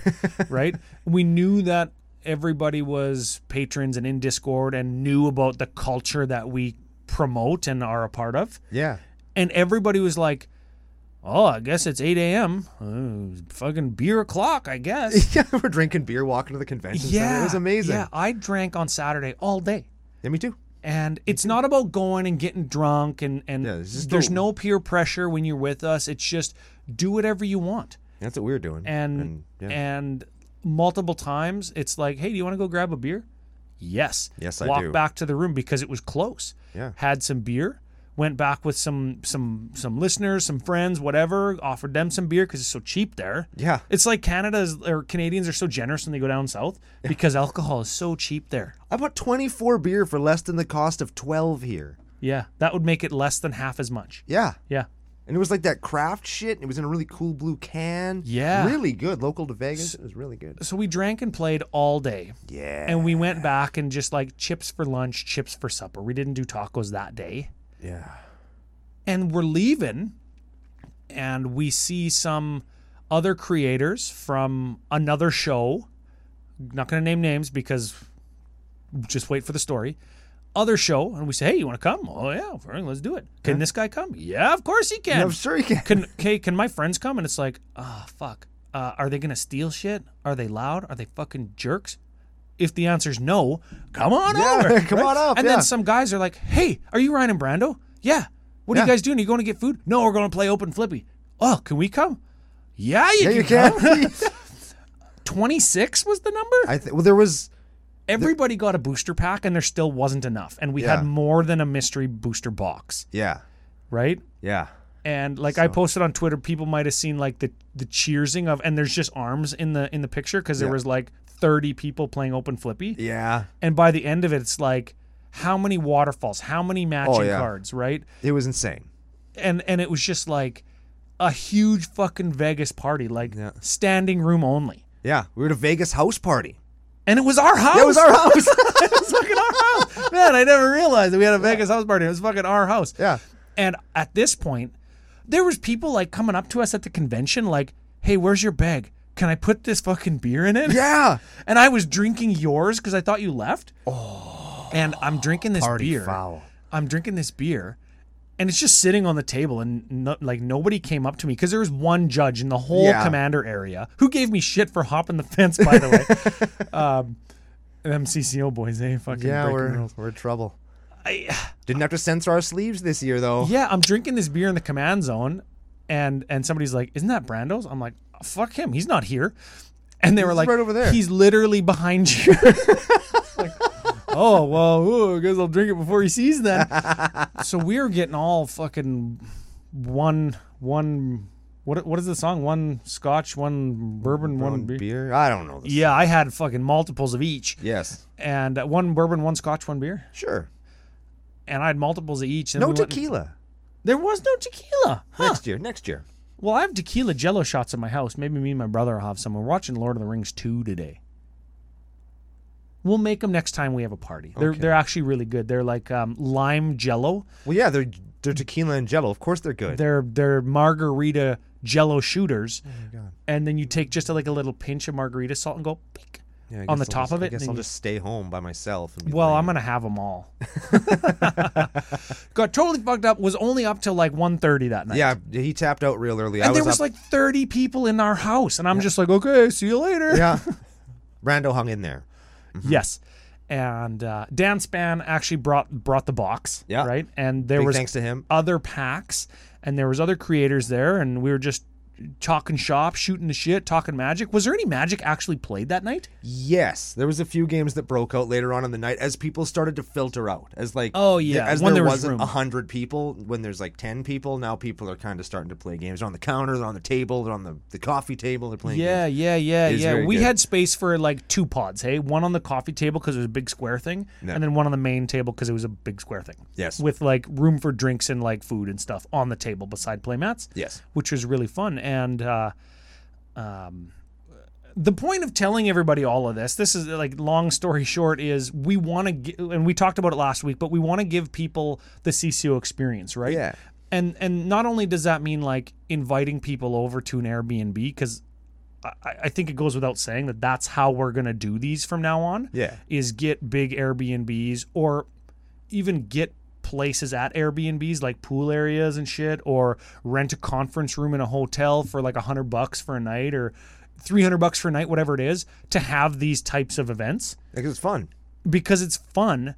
Speaker 2: right? We knew that everybody was patrons and in Discord and knew about the culture that we promote and are a part of.
Speaker 1: Yeah.
Speaker 2: And everybody was like, Oh, I guess it's 8 a.m. Oh, it's fucking beer o'clock, I guess.
Speaker 1: Yeah, we're drinking beer, walking to the convention. center.
Speaker 2: yeah.
Speaker 1: it was amazing.
Speaker 2: Yeah, I drank on Saturday all day.
Speaker 1: Yeah, me too.
Speaker 2: and it's not about going and getting drunk and and
Speaker 1: Yeah, it's just
Speaker 2: there's
Speaker 1: the-
Speaker 2: no peer pressure when you're with us it's just do whatever you want
Speaker 1: That's what we were doing.
Speaker 2: and
Speaker 1: And,
Speaker 2: and,
Speaker 1: yeah.
Speaker 2: multiple times it's like hey do you want to go grab a beer yes
Speaker 1: Yes, I
Speaker 2: walk
Speaker 1: do.
Speaker 2: back to the room because it was close
Speaker 1: Yeah.
Speaker 2: had some beer went back with some some some listeners some friends whatever offered them some beer because it's so cheap there
Speaker 1: yeah.
Speaker 2: it's like canada's or canadians are so generous when they go down south because alcohol is so cheap there
Speaker 1: I bought 24 beer for less than the cost of 12 here.
Speaker 2: yeah that would make it less than half as much
Speaker 1: Yeah.
Speaker 2: yeah
Speaker 1: And it was like that craft shit. And it was in a really cool blue can.
Speaker 2: Yeah.
Speaker 1: Really good. Local to Vegas. It was really good.
Speaker 2: so we drank and played all day
Speaker 1: Yeah.
Speaker 2: and we went back and just like chips for lunch chips for supper we didn't do tacos that day
Speaker 1: yeah.
Speaker 2: and we're leaving and we see some other creators from another show not going to name names because just wait for the story other show and we say hey you want to come oh yeah all right, let's do it can this guy come yeah of course he can
Speaker 1: I'm sure you can.
Speaker 2: can okay, can my friends come? And it's like, ah, fuck. Uh, are they gonna steal shit? Are they loud? Are they fucking jerks? if the answer's no, come on
Speaker 1: Yeah,
Speaker 2: over.
Speaker 1: come on up,
Speaker 2: And
Speaker 1: yeah.
Speaker 2: then some guys are like, hey, are you Ryan and Brando? Yeah. What are
Speaker 1: Yeah.
Speaker 2: you guys doing? Are you going to get food? No, we're going to play open flippy. Oh, can we come? Yeah, you
Speaker 1: Yeah,
Speaker 2: can.
Speaker 1: you can.
Speaker 2: 26 was the number?
Speaker 1: I th- well, there was
Speaker 2: Everybody got a booster pack and there still wasn't enough. And we
Speaker 1: Yeah.
Speaker 2: had more than a mystery booster box,
Speaker 1: yeah,
Speaker 2: right?
Speaker 1: yeah,
Speaker 2: and like I posted on Twitter, people might have seen like the the cheersing of, and there's just arms in the in the picture because there
Speaker 1: Yeah.
Speaker 2: was like 30 people playing open flippy,
Speaker 1: yeah.
Speaker 2: and by the end of it, it's like how many waterfalls, how many matching
Speaker 1: Oh, yeah.
Speaker 2: cards, right?
Speaker 1: It was insane.
Speaker 2: And and it was just like a huge fucking Vegas party, like
Speaker 1: Yeah.
Speaker 2: standing room only,
Speaker 1: Yeah, we were at a Vegas house party.
Speaker 2: and it was our house.
Speaker 1: That was our house.
Speaker 2: it was fucking our house, man. I never realized that we had a Vegas house party. It was fucking our house.
Speaker 1: yeah,
Speaker 2: And at this point, there was people like coming up to us at the convention, like, "Hey, where's your bag? Can I put this fucking beer in it?"
Speaker 1: yeah.
Speaker 2: And I was drinking yours because I thought you left. Oh. And I'm drinking this
Speaker 1: Party
Speaker 2: beer.
Speaker 1: foul.
Speaker 2: I'm drinking this beer, and it's just sitting on the table, and no, like nobody came up to me because there was one judge in the whole
Speaker 1: Yeah.
Speaker 2: commander area who gave me shit for hopping the fence. By the way. um, MCCO boys, eh? Fucking
Speaker 1: Yeah,
Speaker 2: breaking
Speaker 1: we're,
Speaker 2: rules.
Speaker 1: we're in trouble.
Speaker 2: I-
Speaker 1: Didn't have to censor our sleeves this year, though.
Speaker 2: yeah, I'm drinking this beer in the command zone, and and somebody's like, "Isn't that Brando's?" I'm like, "Fuck him, he's not here." And they were like,
Speaker 1: right over there.
Speaker 2: He's literally behind you." It's like, oh well, ooh, I guess I'll drink it before he sees then. so we are getting all fucking one one. What what is the song? One Scotch, one bourbon, one
Speaker 1: One
Speaker 2: beer.
Speaker 1: beer. I don't know. This.
Speaker 2: Yeah, I had fucking multiples of each,
Speaker 1: Yes.
Speaker 2: and uh, one bourbon, one Scotch, one beer,
Speaker 1: Sure.
Speaker 2: and I had multiples of each. And
Speaker 1: No
Speaker 2: we went-
Speaker 1: tequila.
Speaker 2: There was no tequila. Huh.
Speaker 1: Next year. Next year.
Speaker 2: Well, I have tequila jello shots in my house. Maybe me and my brother will have some. We're watching Lord of the Rings 2 today. We'll make them next time we have a party. They're
Speaker 1: Okay.
Speaker 2: they're actually really good. They're like um, lime jello.
Speaker 1: Well, yeah, they're they're tequila and Jello. Of course, they're good.
Speaker 2: They're they're margarita jello shooters.
Speaker 1: Oh God.
Speaker 2: And then you take just like a little pinch of margarita salt and go peek.
Speaker 1: Yeah, I
Speaker 2: on
Speaker 1: guess
Speaker 2: the
Speaker 1: I'll
Speaker 2: top
Speaker 1: just-
Speaker 2: of it,
Speaker 1: I guess
Speaker 2: then
Speaker 1: I'll
Speaker 2: you-
Speaker 1: just stay home by myself. And be
Speaker 2: Well,
Speaker 1: lame.
Speaker 2: I'm gonna have them all. Got totally fucked up. Was only up till like 1.30 that night.
Speaker 1: Yeah, he tapped out real early. I
Speaker 2: And
Speaker 1: was
Speaker 2: there was
Speaker 1: up-
Speaker 2: like 30 people in our house, and I'm just like, okay, see you later.
Speaker 1: yeah. Brando hung in there. Hmm.
Speaker 2: Yes. And uh, Dan Span actually brought brought the box,
Speaker 1: Yeah.
Speaker 2: right? And there
Speaker 1: Big
Speaker 2: was
Speaker 1: thanks to him.
Speaker 2: other packs, and there was other creators there, and we were just talking shop, shooting the shit, talking magic. Was there any magic actually played that night?
Speaker 1: Yes, there was a few games that broke out later on in the night as people started to filter out. As like,
Speaker 2: Oh, yeah,
Speaker 1: as
Speaker 2: when
Speaker 1: there,
Speaker 2: there was
Speaker 1: wasn't
Speaker 2: room.
Speaker 1: a hundred people, when there's like ten people, now people are kind of starting to play games. They're on the counter, they're on the table, they're on the, the coffee table, they're playing.
Speaker 2: Yeah,
Speaker 1: games.
Speaker 2: yeah, yeah,
Speaker 1: It was
Speaker 2: yeah.
Speaker 1: very
Speaker 2: We
Speaker 1: good.
Speaker 2: had space for like two pods, hey? One on the coffee table because it was a big square thing,
Speaker 1: Yeah.
Speaker 2: and then one on the main table because it was a big square thing.
Speaker 1: Yes.
Speaker 2: With like room for drinks and like food and stuff on the table beside playmats.
Speaker 1: Yes.
Speaker 2: Which was really fun. And uh, um, the point of telling everybody all of this, this is like long story short, is we want to, gi- and we talked about it last week, but we want to give people the CCO experience, right?
Speaker 1: Yeah.
Speaker 2: And and not only does that mean like inviting people over to an Airbnb because I, I think it goes without saying that that's how we're gonna do these from now on.
Speaker 1: Yeah.
Speaker 2: is get big Airbnbs or even get places at Airbnbs like pool areas and shit, or rent a conference room in a hotel for like a hundred bucks for a night or three hundred bucks for a night, whatever it is, to have these types of events
Speaker 1: Like, it's fun.
Speaker 2: because it's fun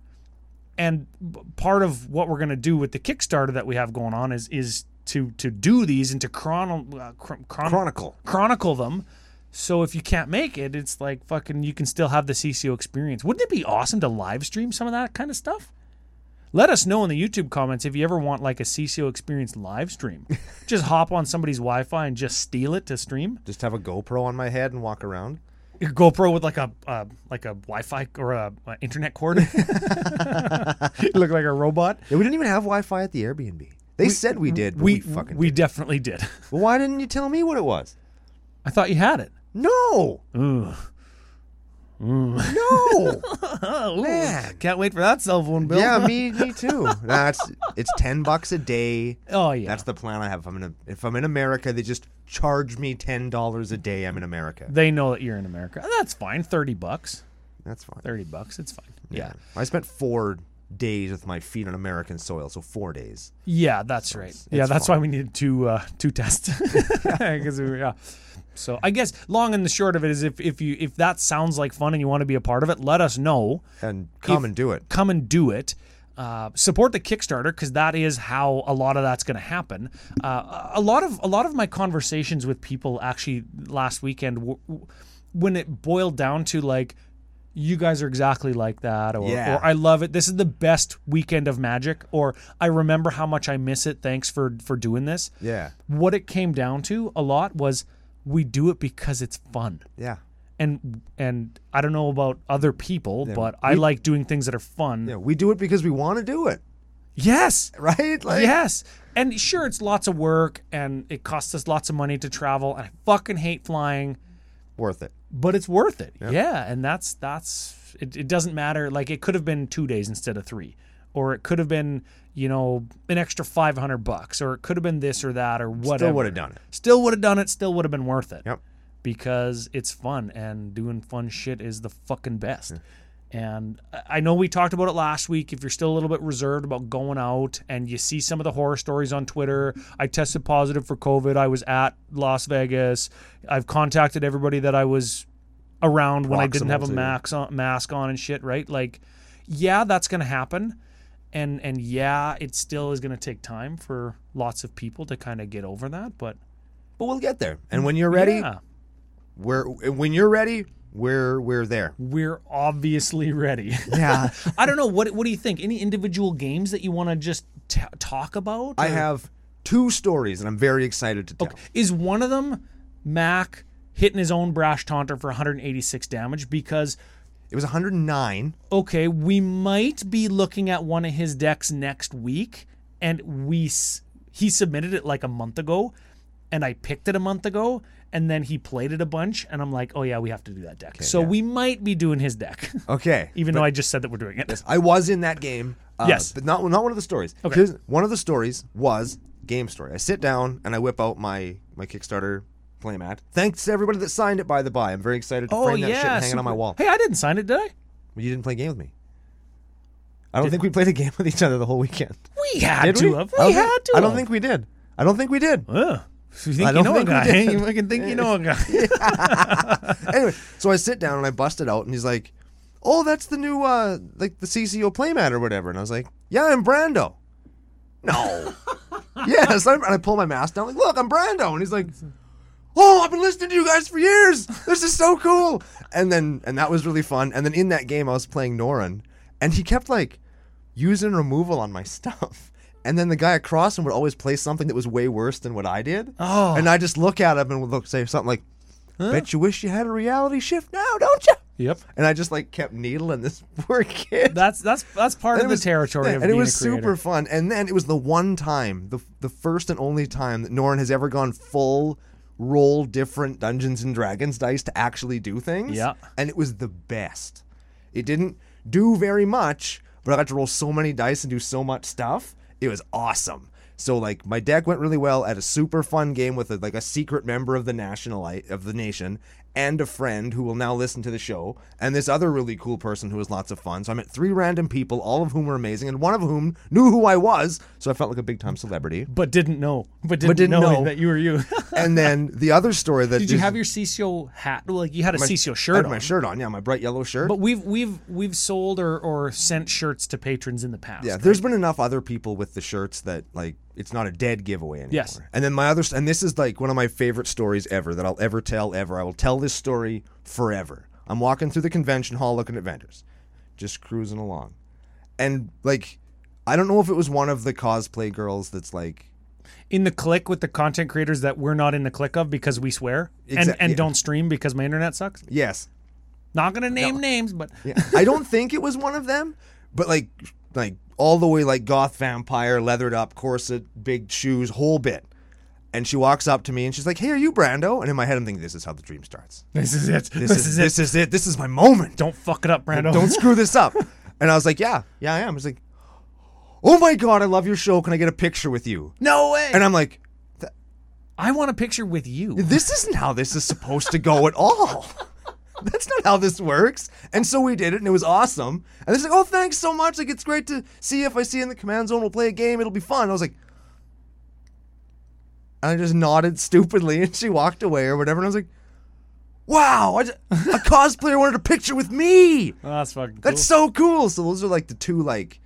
Speaker 2: and b- part of what we're going to do with the kickstarter that we have going on is is to to do these and to chrono, uh, chron- chron-
Speaker 1: Chronicle.
Speaker 2: chronicle them so if you can't make it it's like fucking you can still have the cco experience wouldn't it be awesome to live stream some of that kind of stuff let us know in the youtube comments if you ever want like a cco experience live stream just hop on somebody's wi-fi and just steal it to stream
Speaker 1: Just have a GoPro on my head and walk around.
Speaker 2: your GoPro with like a uh, like a Wi-Fi or a, a internet cord. You look like a robot.
Speaker 1: Yeah, we didn't even have Wi-Fi at the Airbnb. They said we did, but we,
Speaker 2: We
Speaker 1: fucking.
Speaker 2: we definitely did.
Speaker 1: Well, why didn't you tell me what it was?
Speaker 2: I thought you had it.
Speaker 1: No,
Speaker 2: Ooh,
Speaker 1: no.
Speaker 2: man! Oh, Can't wait for that cell phone bill.
Speaker 1: yeah, me, me too. That's it's ten bucks a day.
Speaker 2: Oh yeah.
Speaker 1: That's the plan I have. If I'm in a, if I'm in America, they just charge me ten dollars a day. I'm in America.
Speaker 2: they know that you're in America. That's fine. Thirty bucks.
Speaker 1: That's fine.
Speaker 2: Thirty bucks. It's fine. Yeah.
Speaker 1: I spent four days with my feet on American soil, so four days.
Speaker 2: Yeah, that's right. yeah,
Speaker 1: it's
Speaker 2: that's why we needed two uh, two tests. 'Cause we- yeah. So I guess long and the short of it is if if you if that sounds like fun and you want to be a part of it, let us know.
Speaker 1: And come and do it.
Speaker 2: Come and do it. Uh, support the Kickstarter because that is how a lot of that's going to happen. Uh, a lot of a lot of my conversations with people actually last weekend, w- w- when it boiled down to like, you guys are exactly like that, or,
Speaker 1: Yeah.
Speaker 2: or I love it. This is the best weekend of Magic, or I remember how much I miss it. Thanks for for doing this.
Speaker 1: Yeah.
Speaker 2: What it came down to a lot was we do it because it's fun
Speaker 1: Yeah.
Speaker 2: and and I don't know about other people, but I like doing things that are fun.
Speaker 1: Yeah. We do it because we want to do it,
Speaker 2: Yes,
Speaker 1: right? Like,
Speaker 2: yes. And sure, it's lots of work and it costs us lots of money to travel, and I fucking hate flying,
Speaker 1: worth it.
Speaker 2: but it's worth it. Yeah, and that's that's it. It doesn't matter. Like it could have been two days instead of three, or it could have been you know an extra five hundred bucks, or it could have been this or that or whatever.
Speaker 1: Still would have done it.
Speaker 2: Still would have done it. Still would have been worth it.
Speaker 1: Yep.
Speaker 2: Because it's fun and doing fun shit is the fucking best. And I- I know we talked about it last week. If you're still a little bit reserved about going out and you see some of the horror stories on Twitter, I tested positive for COVID. I was at Las Vegas. I've contacted everybody that I was around when I didn't have
Speaker 1: Proximal
Speaker 2: a
Speaker 1: to-
Speaker 2: max on, mask on and shit, right? Like, yeah, that's going to happen. And and yeah, it still is going to take time for lots of people to kind of get over that, but
Speaker 1: But we'll get there. And when you're ready,
Speaker 2: yeah,
Speaker 1: we're when you're ready, we're we're there.
Speaker 2: we're obviously ready.
Speaker 1: Yeah.
Speaker 2: I don't know what what do you think? Any individual games that you want to just t- talk about?
Speaker 1: I
Speaker 2: Or-
Speaker 1: have two stories and I'm very excited to tell.
Speaker 2: Is one of them Mac hitting his own brash taunter for 186 damage because
Speaker 1: It was 109.
Speaker 2: okay, we might be looking at one of his decks next week, and we s- he submitted it like a month ago, and I picked it a month ago, and then he played it a bunch, and I'm like, oh yeah, we have to do that deck. so we might be doing his deck,
Speaker 1: Okay.
Speaker 2: even though I just said that we're doing it.
Speaker 1: I was in that game. Uh,
Speaker 2: Yes.
Speaker 1: but not not one of the stories.
Speaker 2: Okay.
Speaker 1: Here's- one of the stories was game story. I sit down and I whip out my my Kickstarter playmat. Thanks to everybody that signed it. By the by, I'm very excited to frame that shit and hang it on my
Speaker 2: Oh, super-
Speaker 1: wall.
Speaker 2: Hey, I didn't sign it, did I?
Speaker 1: Well, you didn't play a game with me. I don't think we played a game with each other the whole weekend.
Speaker 2: We had
Speaker 1: Did
Speaker 2: to
Speaker 1: we?
Speaker 2: have.
Speaker 1: I don't
Speaker 2: We had
Speaker 1: think-
Speaker 2: to.
Speaker 1: I don't
Speaker 2: have.
Speaker 1: think we did. I don't think we did.
Speaker 2: Ugh. You think
Speaker 1: I
Speaker 2: you
Speaker 1: don't
Speaker 2: know
Speaker 1: think
Speaker 2: a
Speaker 1: we
Speaker 2: guy?
Speaker 1: did.
Speaker 2: You fucking think you know a guy?
Speaker 1: anyway, so I sit down and I bust it out, and he's like, "Oh, that's the new uh, like the CCO playmat or whatever." And I was like, "Yeah, I'm Brando." No. yes, I'm, and I pull my mask down. Like, look, I'm Brando, and he's like, "Oh, I've been listening to you guys for years. This is so cool." And then and that was really fun. And then in that game, I was playing Norin, and he kept like using removal on my stuff. And then the guy across him would always play something that was way worse than what I did.
Speaker 2: Oh.
Speaker 1: And I just look at him and would look say something like, "Bet you wish you had a reality shift now, don't you?"
Speaker 2: yep.
Speaker 1: And I just like kept needling this poor kid.
Speaker 2: That's that's that's part
Speaker 1: And
Speaker 2: of
Speaker 1: it
Speaker 2: the
Speaker 1: was-
Speaker 2: territory
Speaker 1: yeah,
Speaker 2: of
Speaker 1: and
Speaker 2: being
Speaker 1: it was
Speaker 2: a creator.
Speaker 1: super fun. And then it was the one time, the the first and only time that Norrin has ever gone full roll different Dungeons and Dragons dice to actually do things.
Speaker 2: Yeah.
Speaker 1: and it was the best. It didn't do very much, but I got to roll so many dice and do so much stuff. It was awesome. So like my deck went really well at a super fun game with a, like a secret member of the nationalite of the nation and a friend who will now listen to the show and this other really cool person who was lots of fun. So I met three random people, all of whom were amazing, and one of whom knew who I was, so I felt like a big time celebrity.
Speaker 2: but didn't know. But didn't,
Speaker 1: didn't
Speaker 2: know,
Speaker 1: know.
Speaker 2: that you were you.
Speaker 1: and then the other story that
Speaker 2: Did you have your CCO hat? Well, Like you had a CCO
Speaker 1: I
Speaker 2: shirt
Speaker 1: had
Speaker 2: on.
Speaker 1: my shirt on, yeah, my bright yellow shirt.
Speaker 2: But we've we've we've sold or, or sent shirts to patrons in the past.
Speaker 1: Yeah, there's been enough other people with the shirts that like it's not a dead giveaway anymore.
Speaker 2: Yes.
Speaker 1: And then my other and this is like one of my favorite stories ever that I'll ever tell ever. I will tell this story forever. I'm walking through the convention hall looking at vendors, just cruising along, and like I don't know if it was one of the cosplay girls that's like
Speaker 2: In the click with the content creators that we're not in the click of because we swear and
Speaker 1: Exact-
Speaker 2: and
Speaker 1: yeah.
Speaker 2: don't stream because my internet sucks.
Speaker 1: yes
Speaker 2: Not gonna name names, but
Speaker 1: Yeah. I don't think it was one of them, but like like all the way like goth vampire, leathered up, corset, big shoes, whole bit. And she walks up to me and she's like, "Hey, are you Brando?" And in my head, I'm thinking, "This is how the dream starts.
Speaker 2: this is it. This,
Speaker 1: This,
Speaker 2: is,
Speaker 1: is,
Speaker 2: it.
Speaker 1: this is it. This is my moment.
Speaker 2: Don't fuck it up, Brando.
Speaker 1: Don't screw this up." And I was like, "Yeah, yeah, I am." She's like, "Oh my god, I love your show. Can I get a picture with you?"
Speaker 2: no way.
Speaker 1: And I'm like,
Speaker 2: I want a picture with you.
Speaker 1: "This isn't how this is supposed to go at all." that's not how this works. And so we did it, and it was awesome. And it's like, oh, thanks so much. Like, it's great to see you. If I see you in the command zone, we'll play a game. It'll be fun. I was like, and I just nodded stupidly, and she walked away or whatever. And I was like, wow, I ju- a cosplayer wanted a picture with me.
Speaker 2: Oh, that's fucking. Cool.
Speaker 1: That's so cool. So those are like the two like,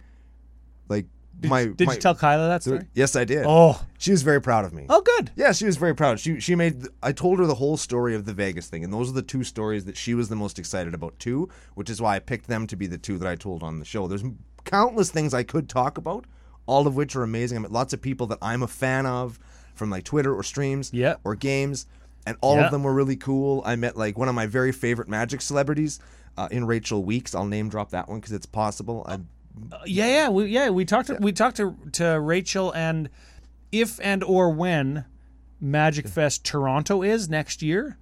Speaker 1: like my.
Speaker 2: Did
Speaker 1: my-
Speaker 2: you tell Kyla that story?
Speaker 1: Yes, I did.
Speaker 2: Oh,
Speaker 1: She was very proud of me.
Speaker 2: oh, good.
Speaker 1: Yeah, she was very proud. She she made. I told her the whole story of the Vegas thing, and those are the two stories that she was the most excited about too, which is why I picked them to be the two that I told on the show. There's countless things I could talk about, all of which are amazing. I met lots of people that I'm a fan of from like Twitter or streams
Speaker 2: Yep.
Speaker 1: or games, and all
Speaker 2: Yeah.
Speaker 1: of them were really cool. I met like one of my very favorite Magic celebrities uh, in Rachel Weeks. I'll name drop that one because it's possible. I,
Speaker 2: Uh, yeah, yeah, we, yeah. We talked. To, We talked to to Rachel and if and or when Magic Fest Toronto is next year.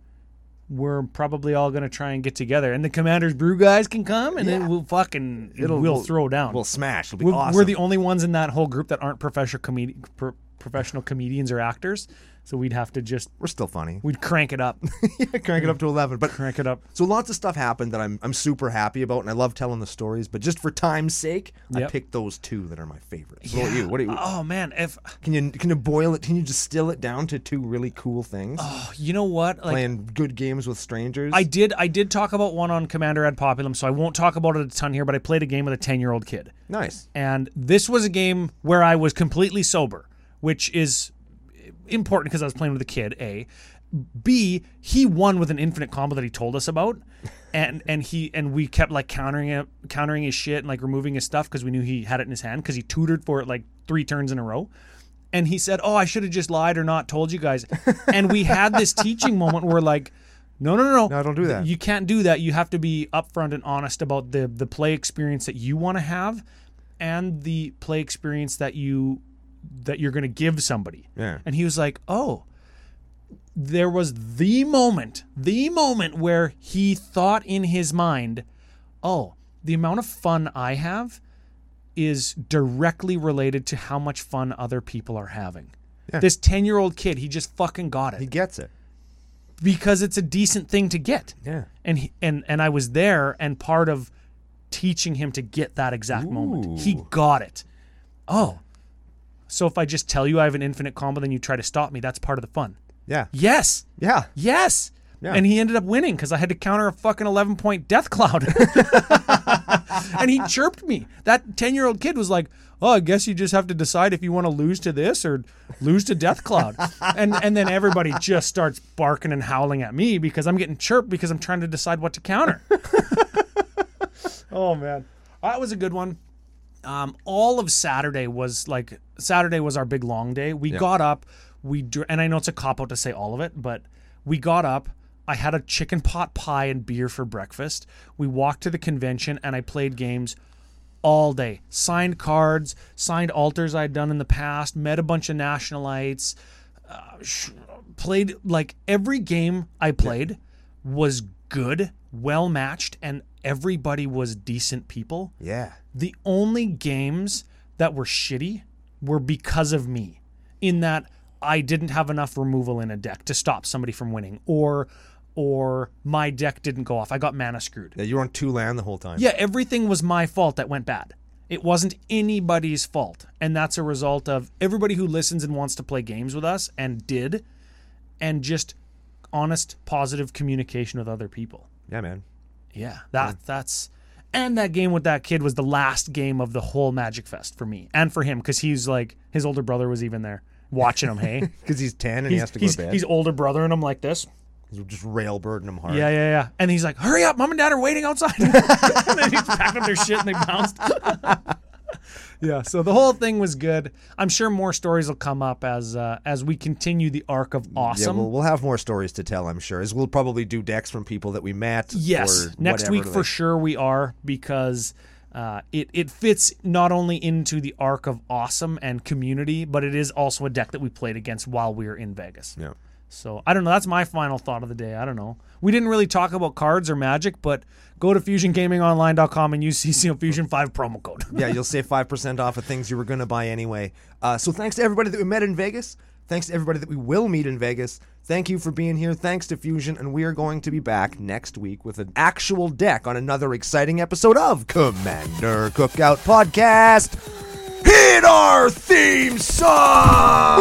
Speaker 2: We're probably all gonna try and get together, and the Commanders Brew guys can come, and
Speaker 1: Yeah.
Speaker 2: then we'll fucking
Speaker 1: It'll-
Speaker 2: we'll,
Speaker 1: we'll-
Speaker 2: throw down.
Speaker 1: will smash. It'll be
Speaker 2: Oh. we're,
Speaker 1: awesome.
Speaker 2: we're the only ones in that whole group that aren't professional comedi- pro- professional comedians or actors, so we'd have to just
Speaker 1: we're still funny.
Speaker 2: we'd crank it up,
Speaker 1: Crank it up to eleven, but
Speaker 2: crank it up.
Speaker 1: So lots of stuff happened that I'm I'm super happy about, and I love telling the stories. But just for time's sake, I
Speaker 2: Yep.
Speaker 1: picked those two that are my favorites. What about you? What do you?
Speaker 2: Oh man, if
Speaker 1: Can you can you boil it? Can you distill it down to two really cool things?
Speaker 2: oh, you know what, like
Speaker 1: Playing good games with strangers.
Speaker 2: I did I did talk about one on Commander Ad Populum, so I won't talk about it a ton here, but I played a game with a 10-year-old kid.
Speaker 1: nice.
Speaker 2: And this was a game where I was completely sober, which is important because I was playing with a kid, A. B, he won with an infinite combo that he told us about. And and he and we kept like countering it, countering his shit and like removing his stuff because we knew he had it in his hand because he tutored for it like three turns in a row. And he said, "Oh, I should have just lied or not told you guys." and we had this teaching moment where like no, no, no, no.
Speaker 1: No, don't do that.
Speaker 2: You can't do that. You have to be upfront and honest about the the play experience that you want to have and the play experience that you that you're going to give somebody.
Speaker 1: Yeah.
Speaker 2: And he was like, "Oh, there was the moment, the moment where he thought in his mind, "Oh, the amount of fun I have is directly related to how much fun other people are having."
Speaker 1: Yeah.
Speaker 2: This 10-year-old kid, he just fucking got it
Speaker 1: He gets it.
Speaker 2: because it's a decent thing to get.
Speaker 1: Yeah.
Speaker 2: And he, and and I was there and part of teaching him to get that exact moment. He
Speaker 1: Ooh.
Speaker 2: got it. Oh. So if I just tell you I have an infinite combo then you try to stop me, that's part of the fun.
Speaker 1: Yeah.
Speaker 2: Yes.
Speaker 1: Yeah.
Speaker 2: Yes.
Speaker 1: Yeah.
Speaker 2: And he ended up winning because I had to counter a fucking 11 point death cloud. and he chirped me. That 10 year old kid was like, Oh, I guess you just have to decide if you want to lose to this or lose to Death Cloud. and, and then everybody just starts barking and howling at me because I'm getting chirped because I'm trying to decide what to counter. oh, man. That was a good one. Um, all of Saturday was like Saturday was our big long day. We got up, we dr- and I know it's a cop out to say all of it, but we got up. I had a chicken pot pie and beer for breakfast. We walked to the convention and I played games all day. Signed cards, signed alters I'd done in the past, met a bunch of nationalites, uh, sh- played like every game I played was good, well matched, and everybody was decent people
Speaker 1: Yeah.
Speaker 2: the only games that were shitty were because of me in that I didn't have enough removal in a deck to stop somebody from winning or or my deck didn't go off. I got mana screwed.
Speaker 1: Yeah. You were on two land the whole time.
Speaker 2: Yeah, everything was my fault that went bad. It wasn't anybody's fault. And that's a result of everybody who listens and wants to play games with us and did and just honest positive communication with other people.
Speaker 1: Yeah, man.
Speaker 2: Yeah, that that's and that game with that kid was the last game of the whole Magic Fest for me and for him because he's like his older brother was even there watching him. Hey,
Speaker 1: Because he's ten and he has to go
Speaker 2: he's,
Speaker 1: to bed.
Speaker 2: he's older brother and I'm like this.
Speaker 1: He's just rail birding him hard.
Speaker 2: Yeah, yeah, yeah. And he's like, "Hurry up, mom and dad are waiting outside." and then he packed up their shit and they bounced. yeah, so the whole thing was good. I'm sure more stories will come up as uh, as we continue the arc of
Speaker 1: Yeah,
Speaker 2: awesome.
Speaker 1: we'll, we'll have more stories to tell, I'm sure. As we'll probably do decks from people that we met.
Speaker 2: Yes,
Speaker 1: or
Speaker 2: next
Speaker 1: whatever,
Speaker 2: week
Speaker 1: like-
Speaker 2: for sure we are because uh, it it fits not only into the arc of awesome and community, but it is also a deck that we played against while we were in Vegas.
Speaker 1: Yeah.
Speaker 2: So I don't know. That's my final thought of the day. I don't know. We didn't really talk about cards or magic, but go to fusiongamingonline.com and use CCO Fusion Five promo code.
Speaker 1: yeah, you'll save 5% off of things you were going to buy anyway. Uh, so thanks to everybody that we met in Vegas. Thanks to everybody that we will meet in Vegas. Thank you for being here. Thanks to Fusion. And we are going to be back next week with an actual deck on another exciting episode of Commander Cookout Podcast. Hit our theme song!